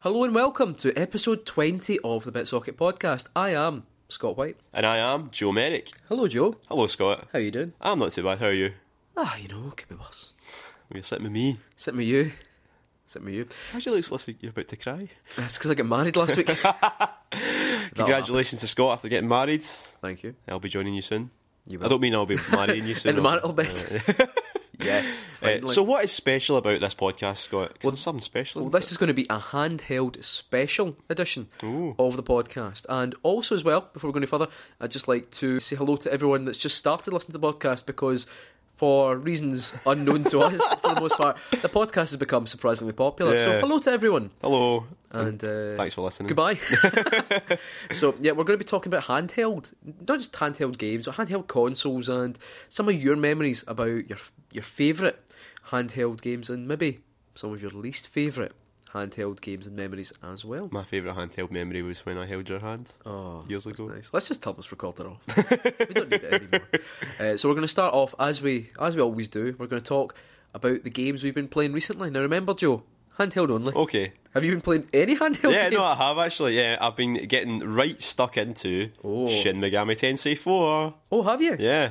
Hello and welcome to episode 20 of the BitSocket podcast. I am Scott White. And I am Joe Merrick. Hello, Joe. Hello, Scott. How you doing? I'm not too bad. How are you? Ah, you know, could be worse. You're sitting with me. Sitting with you. Sitting with you. Actually, looks like you're about to cry. That's because I got married last week. Congratulations to Scott after getting married. Thank you. I'll be joining you soon. You I don't mean I'll be marrying you soon. In the or- marital bed. yes. Uh, Finally. so, what is special about this podcast, Scott? Well, there's something special. Well, isn't this is going to be a handheld special edition of the podcast. And also, as well, before we go any further, I'd just like to say hello to everyone that's just started listening to the podcast because. For reasons unknown to us, for the most part, the podcast has become surprisingly popular. So, Yeah. hello to everyone, it? Hello. and uh, Thanks for listening. Goodbye. so yeah, we're going to be talking about handheld, not just handheld games, but handheld consoles and some of your memories about your your favourite handheld games and maybe some of your least favourite handheld games and memories as well. My favourite handheld memory was when I held your hand Oh, years ago. Nice. Let's just turn this recorder off. we don't need it anymore. Uh, so we're going to start off as we as we always do. We're going to talk about the games we've been playing recently. Now remember, Joe, handheld only. Okay. Have you been playing any handheld? Oh. Yeah, games? no, I have actually. Yeah, I've been getting right stuck into Oh. Shin Megami Tensei 4. Oh, have you? Yeah.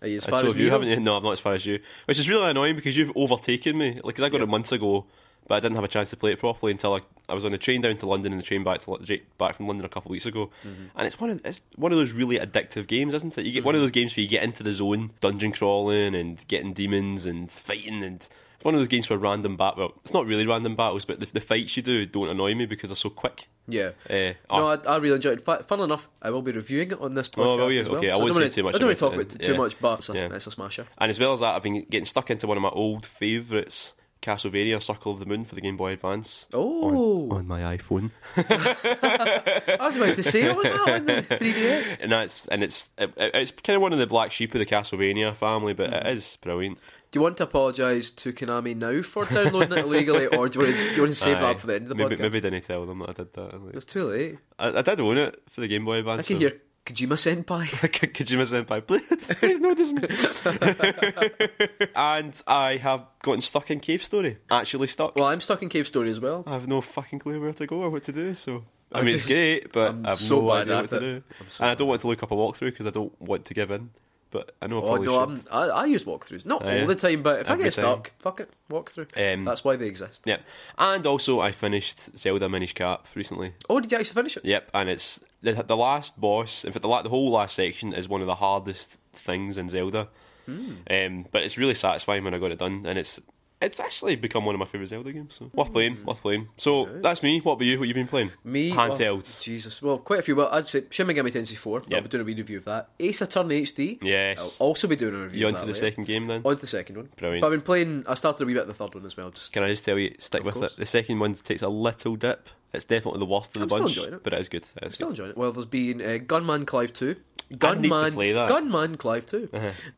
Are you as I far so as have you, Neo? haven't you? No, I'm not as far as you. Which is really annoying because you've overtaken me. Like, 'cause I got it months ago, but I didn't have a chance to play it properly until I, I was on the train down to London and the train back to Lo- j- back from London a couple of weeks ago. Mm-hmm. And it's one of it's one of those really addictive games, isn't it? You get one of those games where you get into the zone, dungeon crawling and getting demons and fighting and. it's One of those games where random bat well, it's not really random battles, but the, the fights you do don't annoy me because they're so quick. Yeah. Uh, No, oh, I, I really enjoyed it. Fa- Fun enough, I will be reviewing it on this podcast will you? as well. oh, Okay, I So won't don't say wanna- too much I don't want to about talk it about it then. too Yeah. much, but it's a, Yeah. it's a smasher. And as well as that, I've been getting stuck into one of my old favourites, Castlevania Circle of the Moon for the Game Boy Advance. Oh, On my iPhone, I was about to say, what was that on the 3DS? and that's and it's it, it's kind of one of the black sheep of the Castlevania family, but it is brilliant. Do you want to apologise to Konami now for downloading it illegally, or do you want to, do you want to save that Aye. up for the end of the maybe, podcast? Maybe didn't tell them that I did that. Like, It's too late. I, I did own it for the Game Boy I Advance. can hear Kojima Senpai. Kojima Senpai, please, please notice me. and I have gotten stuck in Cave Story. Actually stuck. Well, I'm stuck in Cave Story as well. I have no fucking clue where to go or what to do. So I, I mean, just- it's great, but I'm I have so no bad idea at what to it. do. I'm so and I don't want to look up a walkthrough because I don't want to give in. But I know I Oh probably no, should. I'm, I, I use walkthroughs. Not Aye. all the time, but if I Oh, Every get time. stuck, fuck it, walkthrough. Um, That's why they exist. Yep. And also, I finished Zelda Minish Cap recently. Oh, did you actually finish it? Yep. And it's the, the last boss. In fact, the, la- the whole last section is one of the hardest things in Zelda. Hmm. Um, but it's really satisfying when I got it done, and it's. It's actually become one of my favourite Zelda games, so worth playing, worth playing. So that's me. What about you? What you been playing? Hmm. Me handhelds. oh, Jesus. Well, quite a few. Well, I'd say Shin Megami Tensei 4. I'll Yep. be doing a wee review of that. Ace Attorney HD. yes. I'll also be doing a review. you of on to that the later. second game then? On to the second one. Brilliant. But I've been playing. I started a wee bit of the third one as well. Just Can I just tell you, stick with course. it. The second one takes a little dip. It's definitely the worst of the I'm still bunch, enjoying it. but it is good. It is still good. enjoying it. Well, there's been uh, Gunman Clive 2. I need to Gunman, play that. Uh-huh. Gunman Clive 2,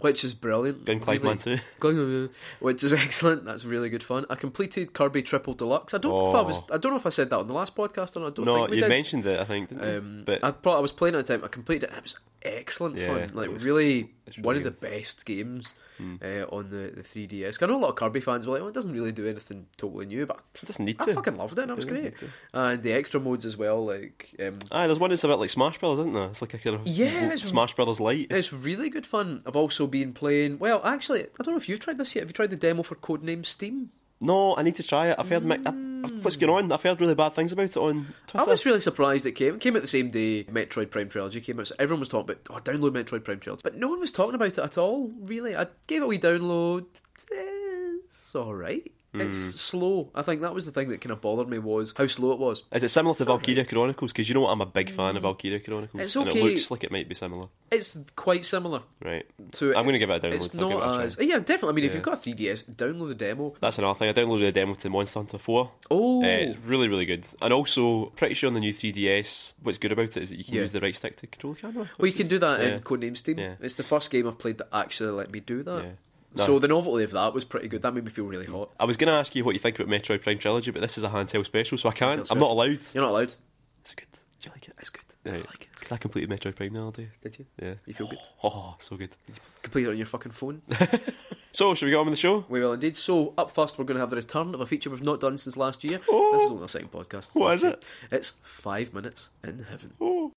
which is brilliant. Gun Clive Man 2. Gun- uh, Which is excellent. That's really good fun. I completed Kirby Triple Deluxe. I don't know if I was. Oh. I don't know if I said that on the last podcast or not. I don't No, think we you did. mentioned it, I think, didn't you? Um, But I, pro- I was playing it at the time. I completed it. It was excellent Yeah, fun. Like it was- really, it's Hmm. one of really the best games uh, on the, the 3DS. I know a lot of Kirby fans were like, "Well, it doesn't really do anything totally new," but it doesn't need I to. fucking loved it. and It was doesn't great. need to. And the extra modes as well. Like, um, Aye, there's one that's a bit like Smash Brothers, isn't there? It's like a kind of Yeah, Uh, l- it's- Smash Brothers light. it's really good fun. I've also been playing. Well, actually, I don't know if you've tried this yet. Have you tried the demo for Codename Steam? No, I need to try it. I've heard. mi- I- I've- what's going on? I've heard really bad things about it on I Twitter. was really surprised it came. It came out the same day Metroid Prime Trilogy came out. So everyone was talking about, oh, download Metroid Prime Trilogy. But no one was talking about it at all, really. I gave it a wee download. It's alright. It's Mm. slow. I think that was the thing that kind of bothered me was how slow it was. Is it similar to Valkyria Chronicles? Because you know what, I'm a big fan of Valkyria Chronicles. Mm. It's And okay. it looks like it might be similar. It's quite similar Right. to I'm going to give it a download. It's I'll give it a not try. as. Yeah, definitely. I mean, if Yeah. you've got a 3DS, download the demo. That's another thing. I downloaded a demo to Monster Hunter 4. Oh. Uh, it's really, really good. And also, pretty sure on the new 3DS, what's good about it is that you can Yeah. use the right stick to control the camera. Well, you can do that in yeah. Codename Steam. Yeah. It's the first game I've played that actually let me do that. Yeah. No. So the novelty of that was pretty good. That made me feel really hot. I was going to ask you what you think about Metroid Prime Trilogy, but this is a handheld special, so I Handheld can't. special. I'm not allowed. You're not allowed. It's good. Do you like it? It's good. Right. like it. Because I completed Metroid Prime the other day. Did you? Yeah. You feel good? Oh, so good. Complete it on your fucking phone. So, should we get on with the show? we will indeed. So, up first, we're going to have the return of a feature we've not done since last year. Oh. This is only the second podcast. What is it? It's Five Minutes in Heaven. Oh.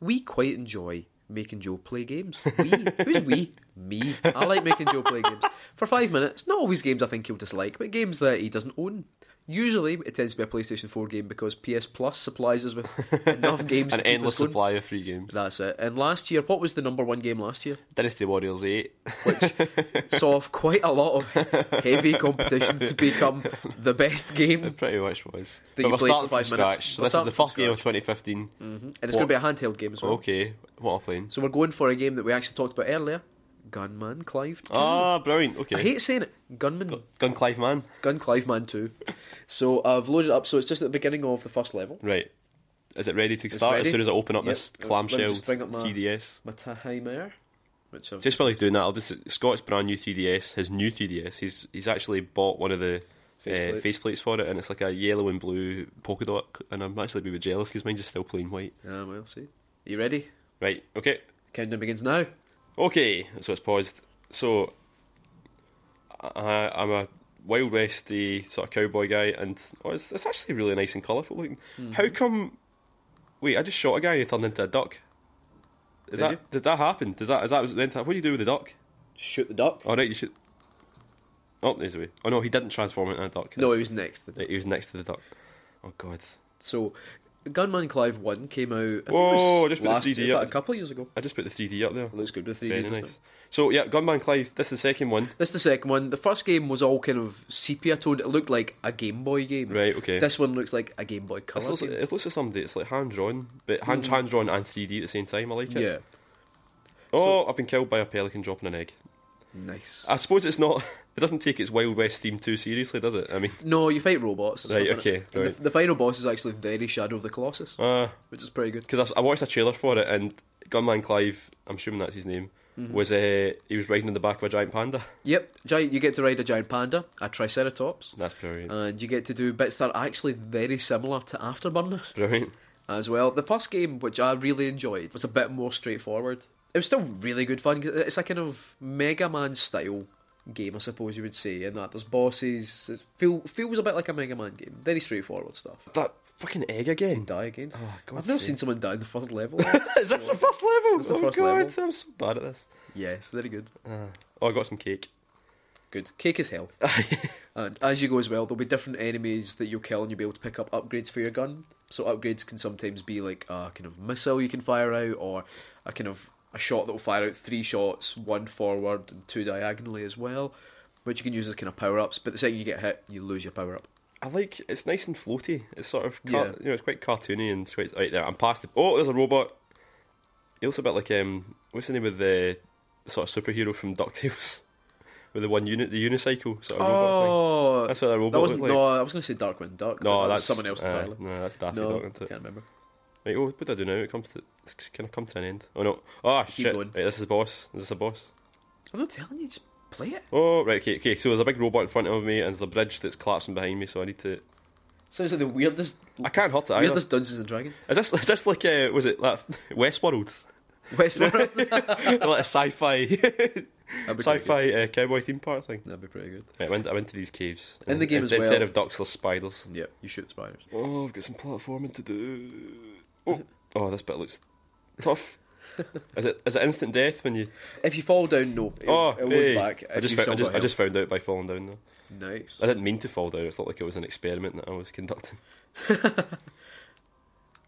We quite enjoy making Joe play games. We? Who's we? Me. I like making Joe play games. For five minutes, not always games I think he'll dislike, but games that he doesn't own. Usually, it tends to be a PlayStation 4 game because PS Plus supplies us with enough games An to keep endless us going. supply of free games. That's it. And last year, what was the number one game last year? Dynasty Warriors 8. which saw off quite a lot of heavy competition to become the best game. It pretty much was. That but you we're played starting for from five minutes. scratch. So We're this is the starting from Mm-hmm. first game of 2015. And it's going to be a handheld game as well. Okay, what are we playing? So we're going for a game that we actually talked about earlier Gunman Clive 2. Ah, brilliant. Okay. I hate saying it. Gunman. Gun Clive Man. Gun Clive Man 2. So I've loaded it up, so it's just at the beginning of the first level. Right. Is it ready to start ready. as soon as I open up Yep. Let this me just clamshell bring up my- 3DS? My timer, which I've. Just while he's doing that, I'll just Scott's brand new 3DS, his new 3DS. He's he's actually bought one of the Faceplates. uh, faceplates for it, and it's like a yellow and blue polka dot. And I'm actually a wee bit jealous because mine's just still plain white. Ah, well, see. Are you ready? Right. Okay. Countdown begins now. Okay. So it's paused. So I, I'm a Wild Westy sort of cowboy guy, and oh, it's, it's actually really nice and colourful looking. Hmm. How come? Wait, I just shot a guy and he turned into a duck. Did Is that you? did that happen? Does that is that meant to- what do you do with the duck? Shoot the duck. Oh, right, you should. Oh, there's a way. Oh, no, he didn't transform into a duck. No, he was next. The duck. Right, he was next to the duck. Oh, God. So, Gunman Clive 1 came out I think it Whoa, was just put the last CD year, in up. fact, a couple of years ago. I just put the 3D up there. It looks good with 3D. Very doesn't it? nice. So, yeah, Gunman Clive, this is the second one. This is the second one. The first game was all kind of sepia toned. It looked like a Game Boy game. Right, okay. This one looks like a Game Boy This Color. looks, game. it looks like somebody, it's like hand drawn, but hand hand drawn and 3D at the same time. I like it. Mm-hmm. yeah, Oh, I've been killed by a pelican dropping an egg. nice. I suppose it's not, it doesn't take its Wild West theme too seriously, does it? I mean, no, you fight robots. and Right, stuff, okay, innit? And right. The, the final boss is actually very Shadow of the Colossus, uh, which is pretty good. because I, watched a trailer for it and Gunman Clive, I'm assuming that's his name, Mm-hmm. was uh, he was riding on the back of a giant panda. Yep, giant. You get to ride a giant panda, a Triceratops, That's brilliant. and you get to do bits that are actually very similar to Afterburner. brilliant. as well. The first game, which I really enjoyed, was a bit more straightforward. It was still really good fun. 'cause It's a kind of Mega Man style game, I suppose you would say, in that there's bosses. It feel, feels a bit like a Mega Man game. Very straightforward stuff. That fucking egg again. Die again. Oh, I've God's never sake. seen someone die in the first level. Is this the first level? the oh first god, level. I'm so bad at this. yes, very good. Oh, I got some cake. Good. Cake is health. and as you go as well, there'll be different enemies that you'll kill and you'll be able to pick up upgrades for your gun. So upgrades can sometimes be like a kind of missile you can fire out or a kind of a shot that will fire out three shots, one forward and two diagonally as well, which you can use as kind of power ups. But the second you get hit, you lose your power up. I like it's nice and floaty. It's sort of car- Yeah. you know it's quite cartoony and it's quite right there. I'm past the oh there's a robot. He looks a bit like um what's the name of the, the sort of superhero from Ducktales with the one unit the unicycle sort of robot Oh, thing. That's what that robot that wasn't. looked like. No, I was going to say Darkwing Duck. but No, that was that's someone else uh, entirely. no, that's Daffy no, Duck. isn't can't it? remember. Right, oh, what did I do now? It comes to it's kind of come to an end. Oh no! Ah, Keep shit! going. Right, this is a boss. Is this a boss? I'm not telling you, just play it. Oh, right, okay, okay. So there's a big robot in front of me, and there's a bridge that's collapsing behind me. So I need to. Sounds like the weirdest, I can't hurt it either. weirdest Dungeons and Dragons. Is this is this like uh, was it that Westworld, Westworld. like a sci-fi That'd be pretty good. sci-fi uh, cowboy theme park thing? That'd be pretty good. Right, I went I went to these caves In the And- game and as Instead well. of ducks, there's spiders. Yep, you shoot spiders. Oh, I've got some platforming to do. Oh, oh, this bit looks tough. is it is it instant death when you? If you fall down, no. It, Oh, it loads hey. back. I if you just found, I still just, got I just found out by falling down though. help. nice. I didn't mean to fall down. It's not like it was an experiment that I was conducting.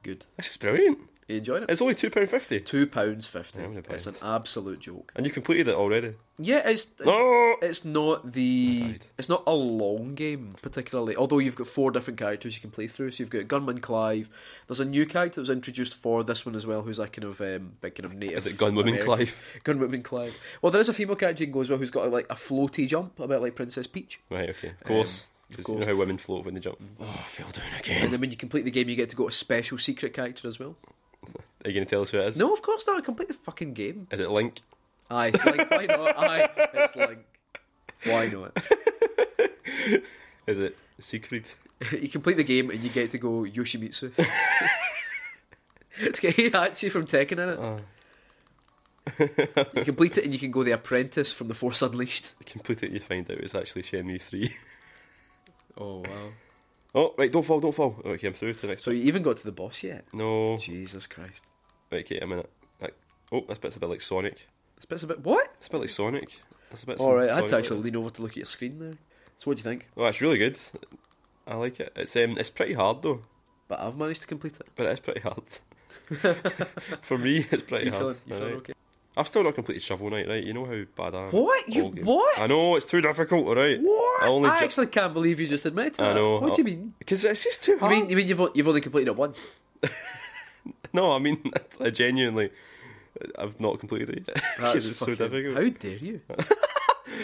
Good. This is brilliant. You enjoyed it? It's only two pound fifty, Two pounds fifty. Yeah, I'm gonna buy It's an it. absolute joke. and you completed it already. Yeah, it's No. it's not the died. it's not a long game particularly. Although you've got four different characters you can play through. So you've got Gunman Clive. There's a new character that was introduced for this one as well, who's a kind of um, big kind of native. Is it Gunwoman American- Clive? Gunwoman Clive. Well, there is a female character you can go as well, who's got like a floaty jump, a bit like Princess Peach. Right, okay. Of course. Um, of 'cause course. You know how women float when they jump. Oh, I fell down And again. then when you complete the game, you get to go to a special secret character as well. Are you going to tell us who it is? No, of course not. Complete the fucking game. Is it Link? Aye, it's like why not? Aye, it's like why not? Is it Siegfried? you complete the game and you get to go Yoshimitsu. it's got Heihachi from Tekken in it. you complete it and you can go the apprentice from the Force Unleashed. Complete it and you find out it's actually Shenmue 3. Oh wow! Oh, right, don't fall, don't fall. Okay, I'm through to the next So you even got to the boss yet? No. Jesus Christ! Right, okay, a minute. Like, oh, this bit's a bit like Sonic. This bit's a bit what? It's a bit like Sonic. It's a bit All right, I had Sonic to actually like lean over to look at your screen now. So what do you think? Oh, it's really good. I like it. It's um, it's pretty hard though, But I've managed to complete it. but it's pretty hard. For me, it's pretty You hard. feeling? You feeling alright. okay? I've still not completed Shovel Knight, right? You know how bad I am. What? You- All game. what? I know it's too difficult, alright? What? I, I only ju- actually can't believe you just admitted I that. know. What do you mean? Because it's just too You hard. mean you mean you've, o- you've only completed it once? No, I mean, I genuinely, I've not completed it. yet. Because it's so fucking- difficult. How dare you?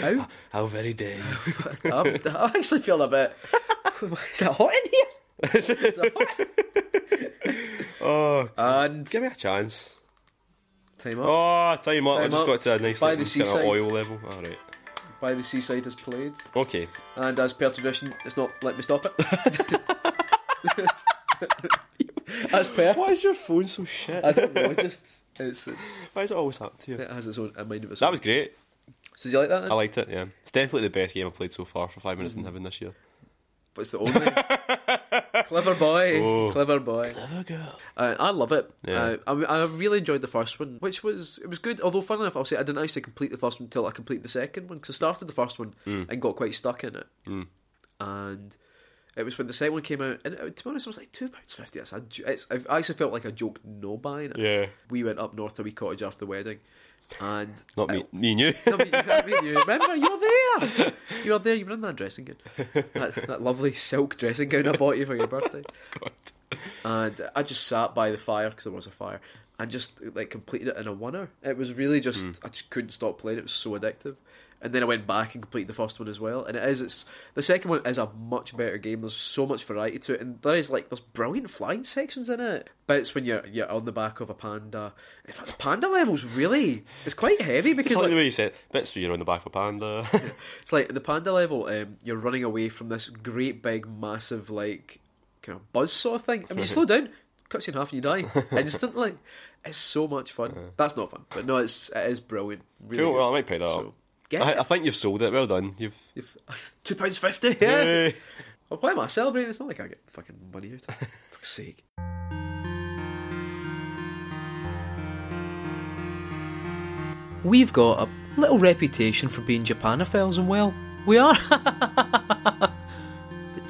How? How, very dare you? I'm, I actually feel a bit. Is it hot in here? Is it hot? Oh, And give me a chance. time up. Oh, time up. I Time just up. got to a nice By little the kind seaside. of oil level. All right. By the seaside is played, Okay. and as per tradition, it's not let me stop it. as per, Why is your phone so shit? I don't know. it Just it's, it's Why does it always happen to you? it has its own a mind of its That own. was great. so do you like that? Then? I liked it, yeah. It's definitely the best game I've played so far for five minutes in heaven this year. But it's the only clever boy, Oh. clever boy. Clever girl. Uh, I love it. Yeah. Uh, I, I really enjoyed the first one, which was it was good. Although, fun enough, I'll say I didn't actually complete the first one until I completed the second one because I started the first one Hmm. and got quite stuck in it. Mm. And it was when the second one came out, and it, to be honest, I was like two pounds fifty. That's a jo- it's, I've- I actually felt like a joke no buying it. Yeah. We went up north to a wee cottage after the wedding, and Not I- me. Me and you. I mean, I mean, you remember you were there. You were there. You were in that dressing gown, that, that lovely silk dressing gown I bought you for your birthday. And I just sat by the fire because there was a fire, and just like completed it in a one hour. It was really just I just couldn't stop playing. It was so addictive. And then I went back and completed the first one as well. And it is it's the second one is a much better game. There's so much variety to it, and there is like there's brilliant flying sections in it. But it's when you're you're on the back of a panda. In fact, the panda level's really it's quite heavy I because like like, the way you said bits where you're on the back of a panda. it's like the panda level. Um, you're running away from this great big massive like kind of buzzsaw thing. I mean, you slow down, cuts you in half, and you die instantly. It's so much fun. That's not fun, but no, it's it is brilliant. Really Cool, good. well, I might pick that up. get I, I it. think you've sold it. Well done. You've. You've- two pounds fifty. Yeah. Yay. Well, why am I celebrating? It's not like I get fucking money out. For fuck's sake. We've got a little reputation for being Japanophiles, and well, we are. but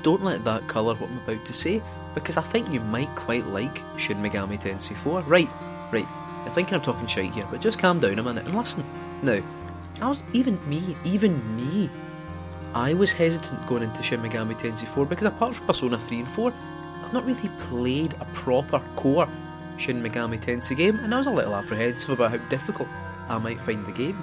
don't let that colour what I'm about to say, because I think you might quite like Shin Megami Tensei 4. Right, right. You're thinking I'm talking shite here, but just calm down a minute and listen. Now, I was even me, even me, I was hesitant going into Shin Megami Tensei 4 because apart from Persona 3 and 4, I've not really played a proper core Shin Megami Tensei game, and I was a little apprehensive about how difficult I might find the game.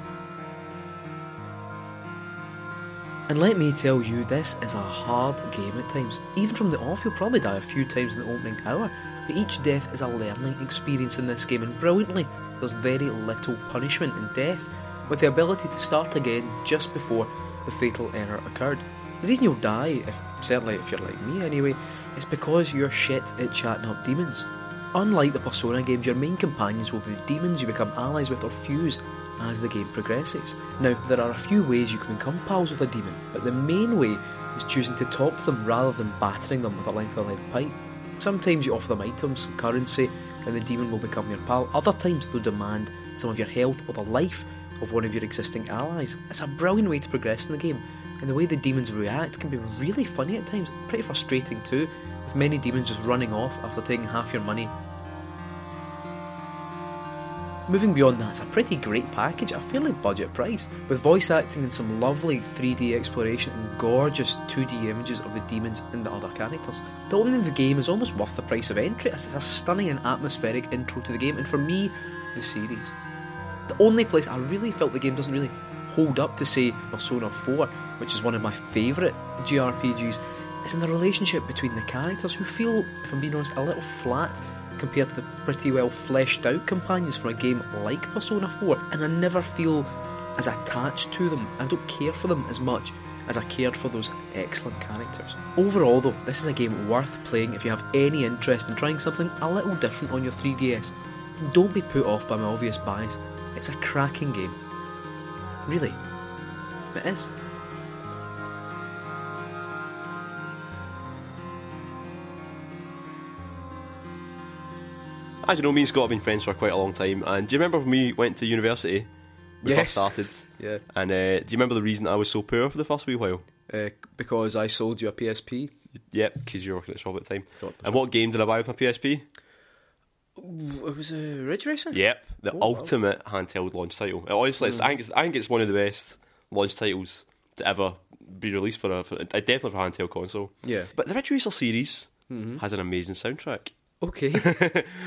And let me tell you, this is a hard game at times. Even from the off, you'll probably die a few times in the opening hour, but each death is a learning experience in this game, and brilliantly, there's very little punishment in death, with the ability to start again just before the fatal error occurred. The reason you'll die, if certainly if you're like me anyway, is because you're shit at chatting up demons. Unlike the Persona games, your main companions will be the demons you become allies with or fuse as the game progresses. Now, there are a few ways you can become pals with a demon, but the main way is choosing to talk to them rather than battering them with a length of lead pipe. Sometimes you offer them items, currency, and the demon will become your pal. Other times they'll demand some of your health or the life of one of your existing allies. It's a brilliant way to progress in the game, and the way the demons react can be really funny at times, pretty frustrating too, with many demons just running off after taking half your money Moving beyond that, it's a pretty great package at a fairly budget price, with voice acting and some lovely 3D exploration and gorgeous 2D images of the demons and the other characters. The opening of the game is almost worth the price of entry, as it's a stunning and atmospheric intro to the game, and for me, the series. The only place I really felt the game doesn't really hold up to, say, Persona 4, which is one of my favourite GRPGs, is in the relationship between the characters who feel, if I'm being honest, a little flat compared to the pretty well fleshed out companions from a game like Persona 4, and I never feel as attached to them. I don't care for them as much as I cared for those excellent characters. Overall, though, this is a game worth playing if you have any interest in trying something a little different on your 3DS. And don't be put off by my obvious bias, it's a cracking game. Really, it is. As you know, me and Scott have been friends for quite a long time. And do you remember when we went to university? We Yes. first started. Yeah, And uh, do you remember the reason I was so poor for the first wee while? uh, because I sold you a PSP. Yep, because you were working at the shop at the time. Got the And what game did I buy with my PSP? It was a Ridge Racer. Yep, the Oh, wow. ultimate handheld launch title. It Honestly, it's, I, think it's, I think it's one of the best launch titles to ever be released for a, for a definitely for a handheld console. Yeah. But the Ridge Racer series Mm-hmm. has an amazing soundtrack. Okay.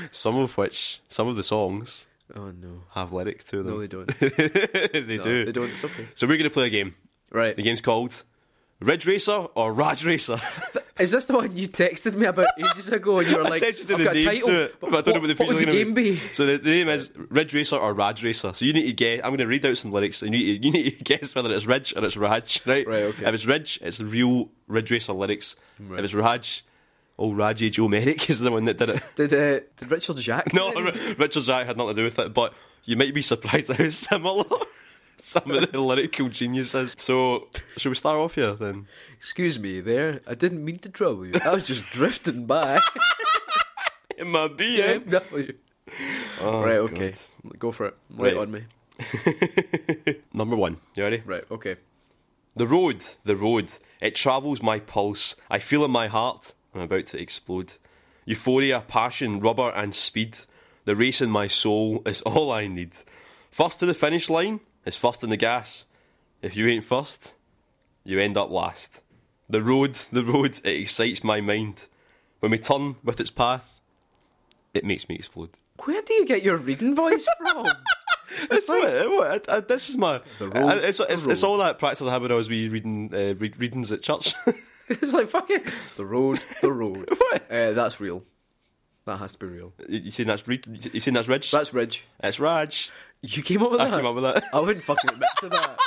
Some of which, some of the songs oh no. have lyrics to them. No, they don't. they No, do. They don't. It's okay. So we're going to play a game. Right. The game's called Ridge Racer or Raj Racer. Is this the one you texted me about ages ago? And you were like, Attention to I've the got a name title, to it, but I don't know what the future would the gonna game be. So the, the name is Ridge Racer or Raj Racer. So you need to guess. I'm going to read out some lyrics, and you need to, you need to guess whether it's Ridge or it's Raj, right? Right, okay. If it's Ridge, it's real Ridge Racer lyrics. If it's Raj, oh Raji Joe Merrick is the one that did it. Did uh, did Richard Jack? No, R- Richard Jack had nothing to do with it, but you might be surprised at how similar some of the lyrical genius is. So should we start off here then? Excuse me, there. I didn't mean to trouble you. I was just drifting by. It might be eh? BMW. Oh, right. Okay. Go for it. Right, Right. on me. God. Number one. You ready? Right. Okay. The road, the road, it travels my pulse. I feel in my heart I'm about to explode. Euphoria, passion, rubber, and speed. The race in my soul is all I need. First to the finish line is first in the gas. If you ain't first, you end up last. The road, the road, it excites my mind. When we turn with its path, it makes me explode. Where do you get your reading voice from? That's what- what- I- I- this is my. The road, I- it's, it's, the it's all that practice I had when I was wee reading uh, read, readings at church. it's like fucking the road. The road. What? Uh, that's real. That has to be real. You you seen that's Reed? You seen that's Reg? That's Ridge. That's Raj. You came up with I that. came up with that. I wouldn't fucking admit to that.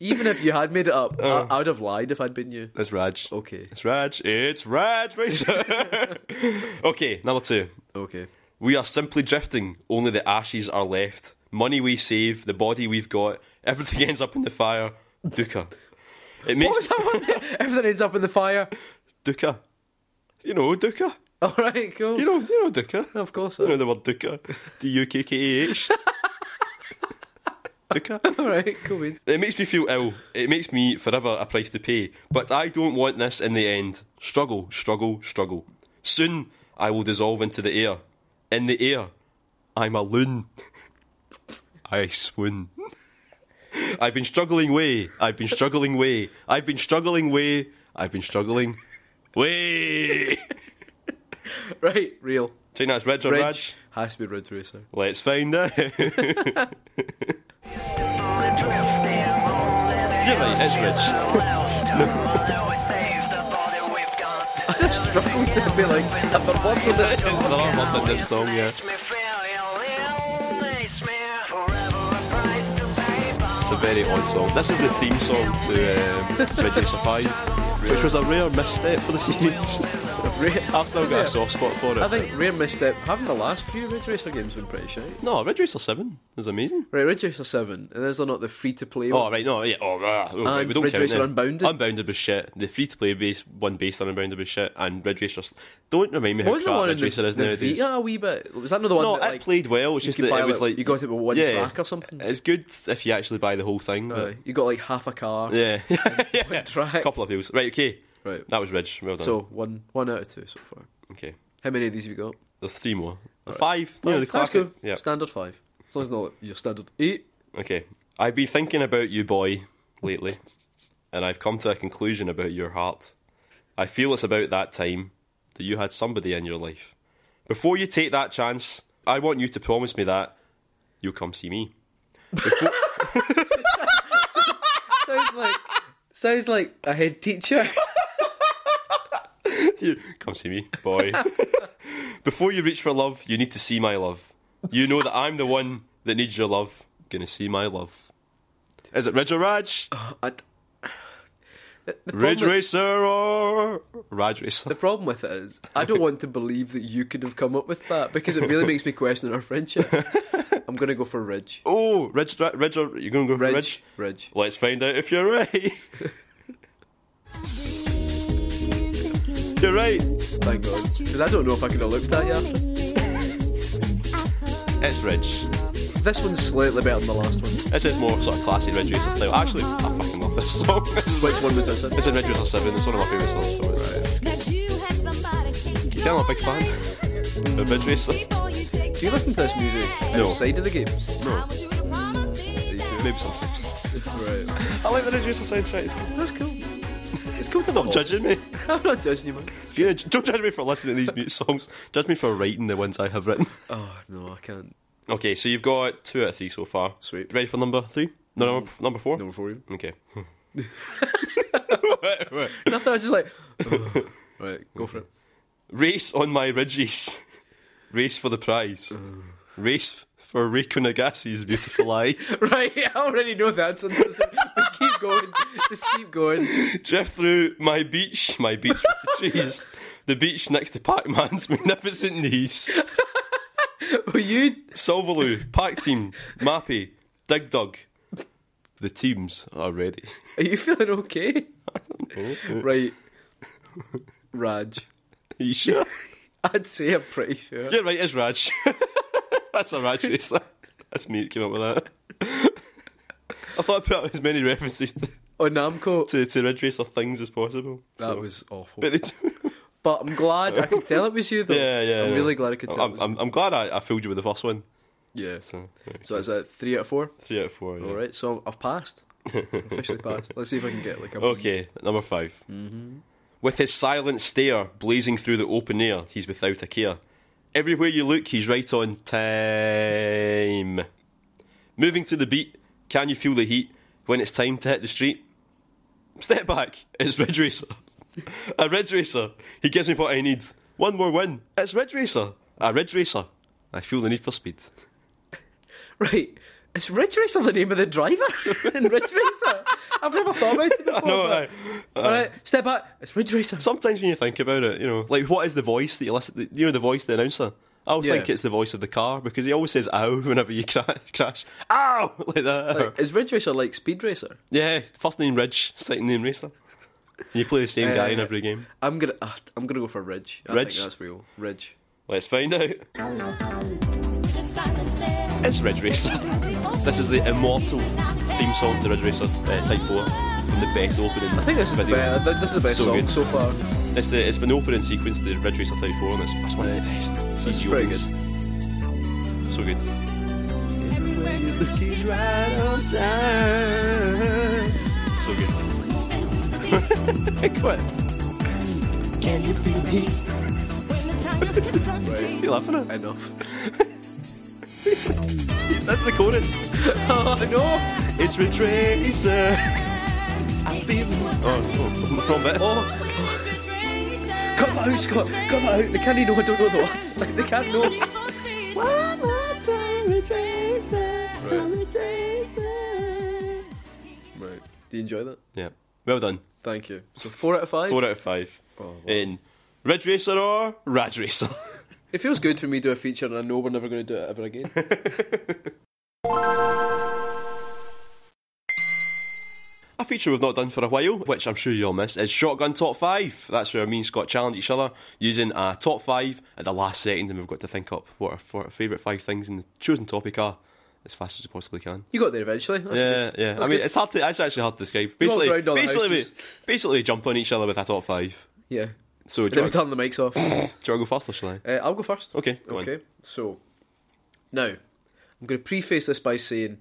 Even if you had made it up, Oh. I, I would have lied if I'd been you. That's Raj. Okay. It's Raj. It's Raj Racer. okay, number two. Okay. We are simply drifting. Only the ashes are left. Money we save, the body we've got, everything ends up in the fire. Dukkha. What It makes was that one? there? Everything ends up in the fire. Dukkha. You know Dukkha. All right. Cool. You know. You know Dukkha. of course. You know the word Dukkha. D U K K A H. Dukkha. All right. Cool. beans. It makes me feel ill. It makes me forever a price to pay. But I don't want this in the end. Struggle, struggle, struggle. Soon I will dissolve into the air. In the air, I'm a loon. I swoon. I've been struggling way. I've been struggling way. I've been struggling way. I've been struggling way. Right. Real. Think that's Reg or Ridge Raj? has to be Ridge Racer. Let's find out. yeah, mate, it's Reg. I struggled to be like, I've got lots of this. There's a lot of words in this song, yeah. It's a very odd song. This is the theme song to um, Ridge Racer 5, which was a rare misstep for the series. I've still got a soft spot for I it. think Rare misstep. Having the last few Ridge Racer games been pretty shite. No, Ridge Racer 7 is amazing. Right, Ridge Racer 7, and those are not the free to play Oh, right, no, yeah, oh, ah, oh, right, And we don't Ridge count Racer them. Unbounded? Unbounded was shit. The free to play base one based on Unbounded was shit, and Ridge Racer. Don't remind me What how was the crap one in Ridge the, Racer is the nowadays. Vita a wee bit? Was that another one no, that like, it played well. It's just could that buy it was like- like you got it with one yeah, track or something? It's good if you actually buy the whole thing. uh, But, you got like half a car? yeah, yeah. track. Couple of views. Right, okay. Right. That was Ridge. Well done. So one one out of two so far. okay. How many of these have you got? There's three more. Five. You know, Oh, the that's classic. good. Yeah. Standard five. As long as not your standard eight. Okay. I've been thinking about you, boy, lately, and I've come to a conclusion about your heart. I feel it's about that time that you had somebody in your life. Before you take that chance, I want you to promise me that you'll come see me. Sounds like sounds like a head teacher. Come see me, boy. Before you reach for love, you need to see my love. You know that I'm the one that needs your love. Gonna see my love. Is it Ridge or Raj? I d- The, the Ridge problem- Racer or Raj Racer. The problem with it is, I don't want to believe that you could have come up with that because it really makes me question our friendship. I'm going to go for Ridge. Oh, Ridge, Ra- Ridge, or, you're going to go for Ridge. Ridge. Ridge? Let's find out if you're right. you're right. Thank God. Because I don't know if I could have looked at you. It's Ridge. This one's slightly better than the last one. This is more sort of classic Ridge Racer style. Actually, I fucking love this song. This is like, Which one was this? in? this is Ridge Racer 7. It's one of my favourite songs from it. You Yeah, I'm a big fan of Ridge Racer. Do Do you listen to this music No. outside of the games? No, maybe Maybe sometimes. Right. I like the Ridge Racer soundtrack. It's cool. That's cool. It's cool to Stop judging me. I'm not judging you, man. Yeah, don't judge me for listening to these mute songs. Judge me for writing the ones I have written. Oh, no, I can't. Okay, so you've got two out of three so far. Sweet. Ready for number three? No, number, number four? Number four, even. Okay. Nothing, I just like. oh. Right, go for it. Race on my ridges. Race for the prize. Race for Reiko Nagase's beautiful eyes. Right, I already know the answer. Just keep going. Just keep going. Drift through my beach, my beach with the trees. The beach next to Pac Man's magnificent knees. Were you Solvaloo, Pac Team, Mappy, Dig Dug. The teams are ready. Are you feeling okay? right. Raj. Are you sure? I'd say I'm pretty sure. You're right, it's Raj. That's a Raj racer. That's me that came up with that. I thought I put up as many references to, On Oh, Namco. to, to Ridge Racer things as possible. That so- was awful. But But, they, I'm glad I could tell it was you, though. yeah, yeah. I'm yeah. really glad I could tell it I'm, was I'm, I'm glad I, I fooled you with the first one. you. Yeah. So, So, right, that's a three out of four. three out of four. Yeah. All right, so I've passed. Officially passed. Let's see if I can get like a. Okay, number 5 Mm-hmm. With his silent stare blazing through the open air, he's without a care. Everywhere you look, he's right on time. Moving to the beat, can you feel the heat when it's time to hit the street? Step back, it's Ridge Racer. a Ridge Racer, he gives me what I need. One more win, it's Ridge Racer. A Ridge Racer, I feel the need for speed. Right. Is Ridge Racer the name of the driver in Ridge Racer? I've never thought about it before. No, but- I, uh. All right, step back. It's Ridge Racer. sometimes when you think about it, you know, like what is the voice that you listen? You know, the voice of the announcer. I always Yeah. think it's the voice of the car because he always says "ow" whenever you crash. crash. Ow, like that. Like, is Ridge Racer like Speed Racer? yeah, first name Ridge, second name Racer. You play the same guy in Uh, every game. I'm gonna, uh, I'm gonna go for Ridge. I Ridge? think that's real. Ridge. Let's find out. It's Ridge Racer. This is the immortal theme song to Ridge Racer uh, Type Four from the best opening. I think this is the video. best. This is the best So song good. so far. It's the it's been the opening sequence to the Ridge Racer Type Four, and it's, it's one of the best. It's CG pretty openings. good. So good. So good. Quit. You laughing at? Enough. it? That's the chorus. oh no! It's Ridge Racer. I feel. Oh, oh, wrong bit. Oh, cut that out, Scott. Cut that out. They can't even know. I don't know the words. Like, they can't know. Right. Do you enjoy that? Yeah. Well done. Thank you. So four out of five. Four out of five. Oh, wow. In Ridge Racer or Raj Racer. It feels good for me to do a feature, and I know we're never going to do it ever again. A feature we've not done for a while, which I'm sure you'll miss, is Shotgun Top 5. That's where me and Scott challenge each other using a top 5 at the last second, and we've got to think up what our, what our favourite 5 things in the chosen topic are as fast as we possibly can. you got there eventually. That's yeah, good. yeah. That's I mean, good. it's hard to, it's actually hard to describe. walked Basically, round all the basically, we, houses. basically, we jump on each other with a top 5. yeah. So, Then do you, we want, do turn the mics off. uh, you want to go first or shall I? I'll go first. Okay, go Okay, on. so now I'm going to preface this by saying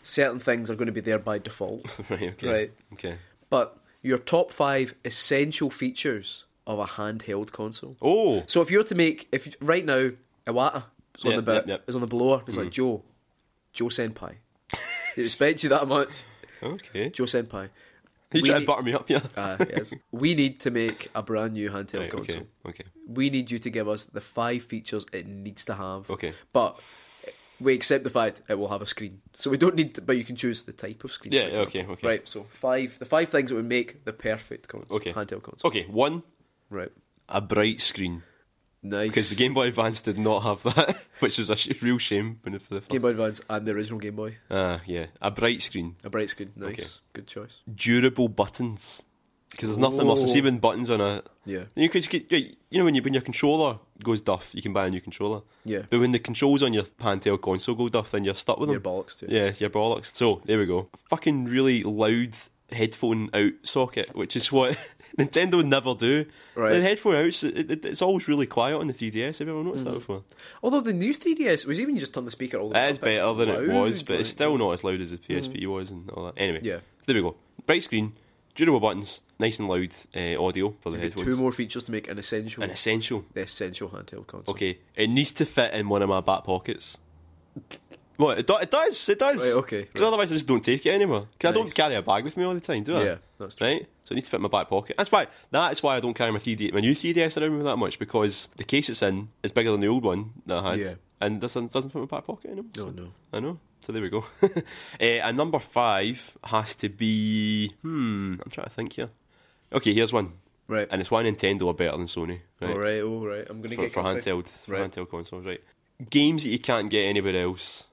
certain things are going to be there by default, right, okay. Right. Okay. but your top five essential features of a handheld console. Oh! So if you were to make, if you- right now Iwata is on Yeah, the bit, yep, yep. Mm. is on the blower, it's like Joe, Joe Senpai. they respect you that much, Okay. Joe Senpai. we You trying to need- butter me up, yeah? Ah, yes. We need to make a brand new handheld Right, console. okay, okay. we need you to give us the five features it needs to have. Okay. But we accept the fact it will have a screen. So we don't need, to, but you can choose the type of screen. Yeah, for example. okay, okay. Right, so five, the five things that would make the perfect console, Okay. handheld console. Okay, one, Right, a bright screen. nice. Because the Game Boy Advance did not have that, which was a sh- real shame. When it, for the first. Game Boy Advance and the original Game Boy, Ah, yeah. A bright screen. a bright screen, nice, Okay. good choice. Durable buttons. Because there's nothing else. There's Whoa. even buttons on a. Oh. Yeah, You, could, just get- you know, when, you, when your controller goes duff, you can buy a new controller. yeah. But when the controls on your handheld console go duff, then you're stuck with them. Your bollocks too. Yeah, your bollocks. So there we go. Fucking really loud headphone out socket, which is what Nintendo never do. Right. The headphone out, it, it, it's always really quiet on the 3DS. Have you ever Mm-hmm. noticed that before? Although the new 3DS was even you just turn the speaker all the way It is up, it's better than it was, loud, but it's like- still not as loud as the PSP was and all that. Anyway, Hmm. Yeah. there we go. Bright screen, durable buttons, nice and loud uh, audio for the headphones. Two more features to make an essential, An essential. the essential handheld console. Okay, it needs to fit in one of my back pockets. Well, it, do- it does, it does. Right, okay, Because right. otherwise I just don't take it anymore. Because I Nice. don't carry a bag with me all the time, do I? Yeah, that's true. Right? So I need to fit in my back pocket. That's why that is why I don't carry my 3D my new 3DS around with me that much because the case it's in is bigger than the old one that I had. Yeah. Oh, And doesn't doesn't fit in my back pocket anymore. No, so- no. I know. So there we go. uh, and number five has to be hmm, I'm trying to think here. Okay, here's one. Right. And it's why Nintendo are better than Sony. Right. All right, all right. I'm gonna For, get for comfy. handheld for Right. handheld consoles, right. Games that you can't get anywhere else.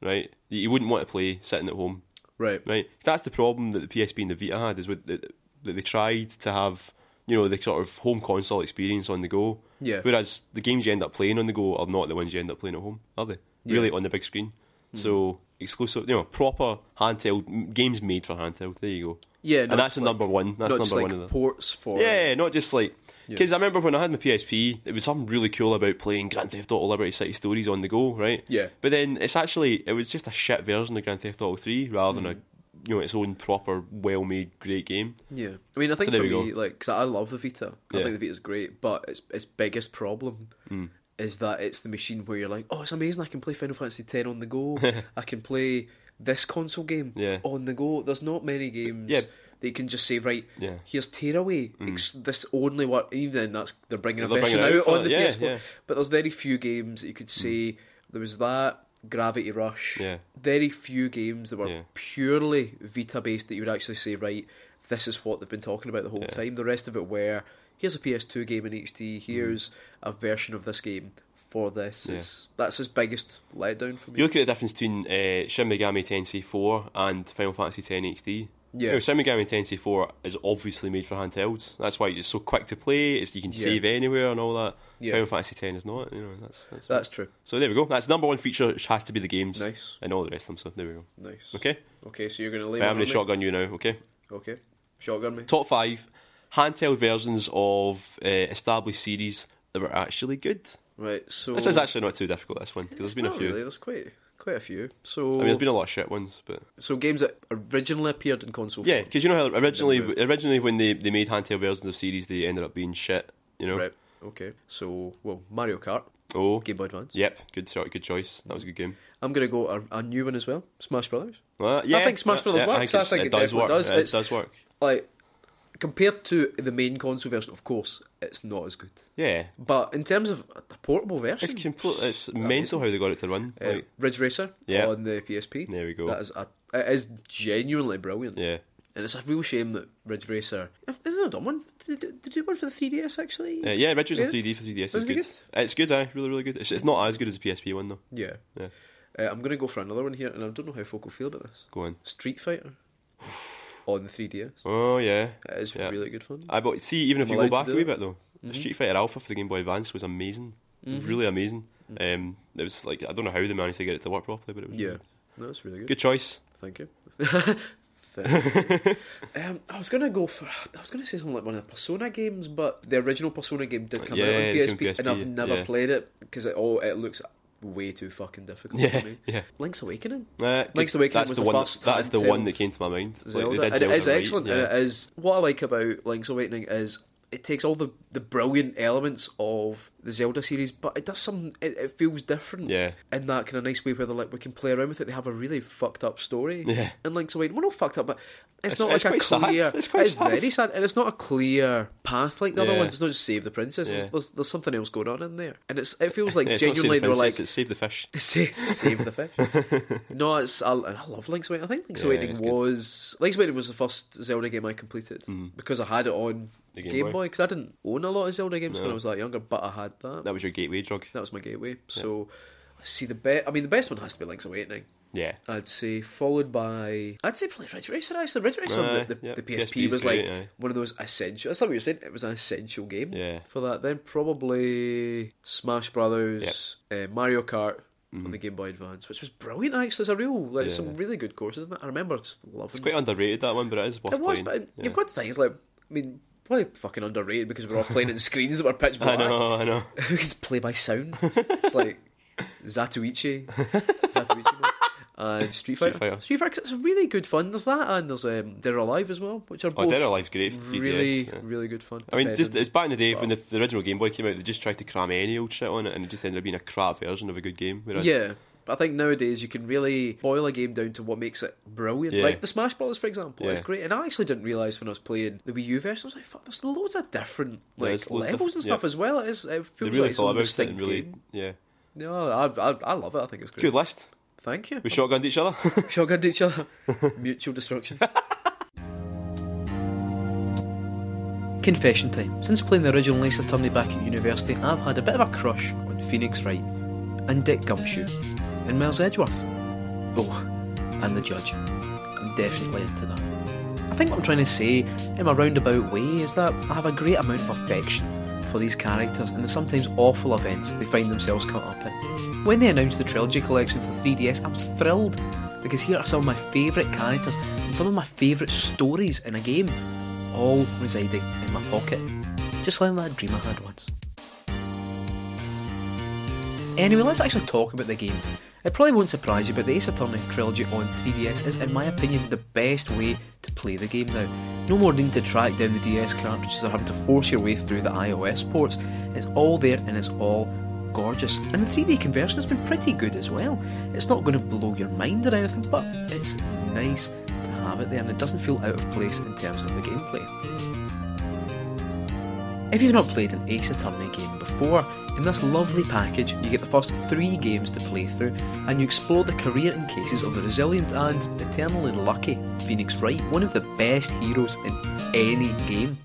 Right? That you wouldn't want to play sitting at home. Right. Right. That's the problem that the PSP and the Vita had is with the, that they tried to have, you know, the sort of home console experience on the go. Yeah. Whereas the games you end up playing on the go are not the ones you end up playing at home, are they? Yeah. Mm-hmm. Really on the big screen. So exclusive, you know, proper handheld m- games made for handheld. There you go. Yeah, and not that's just the like- number one. That's not number just one like of them. ports for Yeah, not just like Yeah. because I remember when I had my PSP, it was something really cool about playing Grand Theft Auto Liberty City Stories on the go, right? Yeah. But then it's actually it was just a shit version of Grand Theft Auto Three rather than a you know its own proper, well-made, great game. Yeah, I mean, I think there for we go. me, like, 'cause I love the Vita. I Yeah. Hmm. think the Vita's great, but its its biggest problem is that it's the machine where you're like, oh, it's amazing. I can play Final Fantasy X on the go. I can play this console game Yeah. on the go. There's not many games. Yeah. That you can just say, right, Yeah. Hmm. here's Tearaway. Ex- this only work. Even then, that's they're bringing a They're bringing version it out out for on the that, yeah, PS4. yeah. Hmm. But there's very few games that you could say there was that Gravity Rush. Yeah. Very few games that were Yeah. purely Vita based that you would actually say, right, this is what they've been talking about the whole Yeah. time. The rest of it were here's a PS2 game in HD, here's a version of this game for this. Yeah. It's, that's his biggest letdown for me. You look at the difference between uh, Shin Megami Tensei 4 and Final Fantasy 10 HD. Yeah. You know, Shin Megami Tensei 4 is obviously made for handhelds. That's why it's so quick to play. It's you can Yeah. save anywhere and all that. Yeah. Final Fantasy 10 is not. You know, that's that's. that's true. so there we go. That's the number one feature. which has to be the games. Nice. And all the rest of them. So there we go. Nice. Okay. Okay, so you're going to lay Right, I'm one on going to me? shotgun you now, okay? Okay. Shotgun me. Top five handheld versions of uh, established series that were actually good. Right, so. This is actually not too difficult, this one, because there's been a Oh. not few. Really, Oh. there's quite, quite a few. So, I mean, there's been a lot of shit ones, but. so games that originally appeared in console Yeah, form. because you know how originally, moved. originally when they, they made handheld versions of series, they ended up being shit, you know? Right. Okay. So, well, Mario Kart, Oh. Game Boy Advance. Yep, good sort, good choice. That was a good game. I'm gonna go a, a new one as well. Smash Brothers. Uh, yeah, think Smash yeah, Brothers yeah, works. I it's- think it it does definitely work. does. yeah, It's- It does work. Like compared to the main console version, of course, it's not as good. Yeah, But in terms of a portable version, it's complete. It's mental how they got it to run. uh, Like, Ridge Racer Yeah. on the PSP. There we go. That is a, it is genuinely brilliant. yeah. And it's a real shame that Ridge Racer. Have they not done one? Did they do- did they do one for the 3DS actually? Uh, yeah, Richards on Yeah. 3D for 3DS is Wasn't it good. Uh, It's good, aye, really, really good. It's, it's not as good as the PSP one though. Yeah. Yeah, Uh, I'm gonna go for another one here, and I don't know how folk will feel about this. go on. Street Fighter on the 3DS. Oh yeah, It is Yeah. really good fun. I but see, even if Am I you allowed go to back a do wee it? Mm-hmm. bit though, Street Fighter Alpha for the Game Boy Advance was amazing, really amazing. Um, it was like I don't know how they managed to get it to work properly, but it was Mm-hmm. Yeah. really No, it's really good choice. Thank you. Thank you. um, I was gonna go for. I was gonna say something like one of the Persona games, but the original Persona game did come out on Yeah, it came PSP, and I've PSP, never yeah. played it because it all it looks way too fucking difficult Yeah, for me. yeah. Link's Awakening. Uh, Link's Awakening that's was the the one. first that is the one handheld that came to my mind. Like, they Zelda. did and it Zelda is right, excellent. Uh, Yeah. And it is what I like about Link's Awakening is it takes all the, the brilliant elements of the Zelda series, but it does some. It, it feels different. Yeah. In that kind of nice way where they're like, we can play around with it. They have a really fucked up story. Yeah. And Link's Awakening, well, not fucked up, but it's, It's- not it's like a quite sad. clear. It's quite it's sad. very sad, and it's not a clear path like the other Yeah. ones. It's not just save the princess. Yeah. There's, there's, there's something else going on in there, and it's it feels like Yeah, it's not genuinely save the they were like princess, it's save the fish. Save, save the fish. no, it's I, I love Link's Awakening. I think Link's Yeah, it's Awakening good. Mm-hmm. was Link's Awakening was the first Zelda game I completed because I had it on The Game, Game Boy Boy. because I didn't own a lot of Zelda games when No. I was that younger, but I had that. That was your gateway drug. That was my gateway. So I see the best. I mean, the best one has to be Link's Awakening. Yeah. I'd say followed by I'd say probably Ridge Racer. Actually, Ridge Racer, Aye, the, the, yep. the PSP PSP 's was great, like aye. one of those essential. That's not what you're saying. It was an essential game Yeah. for that. Then probably Smash Brothers, uh, Mario Kart on the Game Boy Advance, which was brilliant. Actually, it's a real like Mm. Yeah. some really good courses. in that. I remember just loving. It's quite underrated that one, but it is worth it was, playing. but yeah. you've got things like I mean, probably fucking underrated because we were all playing in screens that were pitch I black. know, I know. Who can play by sound? It's like Zatoichi, Zatoichi, man. and Street Fighter. Street Fighter. Street Fighter. 'cause It's really good fun. There's that, and there's um, Dead or Alive as well, which are Oh, both Dead or Alive's great. for 3DS, really, yeah. really good fun. I mean, just Depending. it's back in the day when the, the original Game Boy came out. They just tried to cram any old shit on it, and it just ended up being a crap version of a good game. Whereas, yeah. But I think nowadays you can really boil a game down to what makes it brilliant. Yeah. Like the Smash Bros, for example, it's Yeah. great. And I actually didn't realise when I was playing the Wii U version, I was like, "Fuck, there's loads of different Yeah, like it's loads of levels and diff- yeah. stuff as well." It is. It they feels really like it's a thought about it distinct and really, game. yeah. No, I, I, I love it. I think it's great. Good list. Thank you. We shotgunned each other. shotgunned each other. Mutual destruction. Confession time. Since playing the original Ace Attorney back at university, I've had a bit of a crush on Phoenix Wright and Dick Gumshoe and Miles Edgeworth. Oh, and the Judge. I'm definitely into that. I think what I'm trying to say in my roundabout way is that I have a great amount of affection for these characters and the sometimes awful events they find themselves caught up in. When they announced the trilogy collection for 3DS, I was thrilled because here are some of my favourite characters and some of my favourite stories in a game, all residing in my pocket. Just like that dream I had once. Anyway, let's actually talk about the game. It probably won't surprise you, but the Ace Attorney trilogy on 3DS is, in my opinion, the best way to play the game now. No more need to track down the DS cartridges or having to force your way through the iOS ports. It's all there and it's all gorgeous. And the 3D conversion has been pretty good as well. It's not going to blow your mind or anything, but it's nice to have it there and it doesn't feel out of place in terms of the gameplay. If you've not played an Ace Attorney game before, in this lovely package you get the first three games to play through and you explore the career and cases of the resilient and eternally lucky Phoenix Wright, one of the best heroes in any game.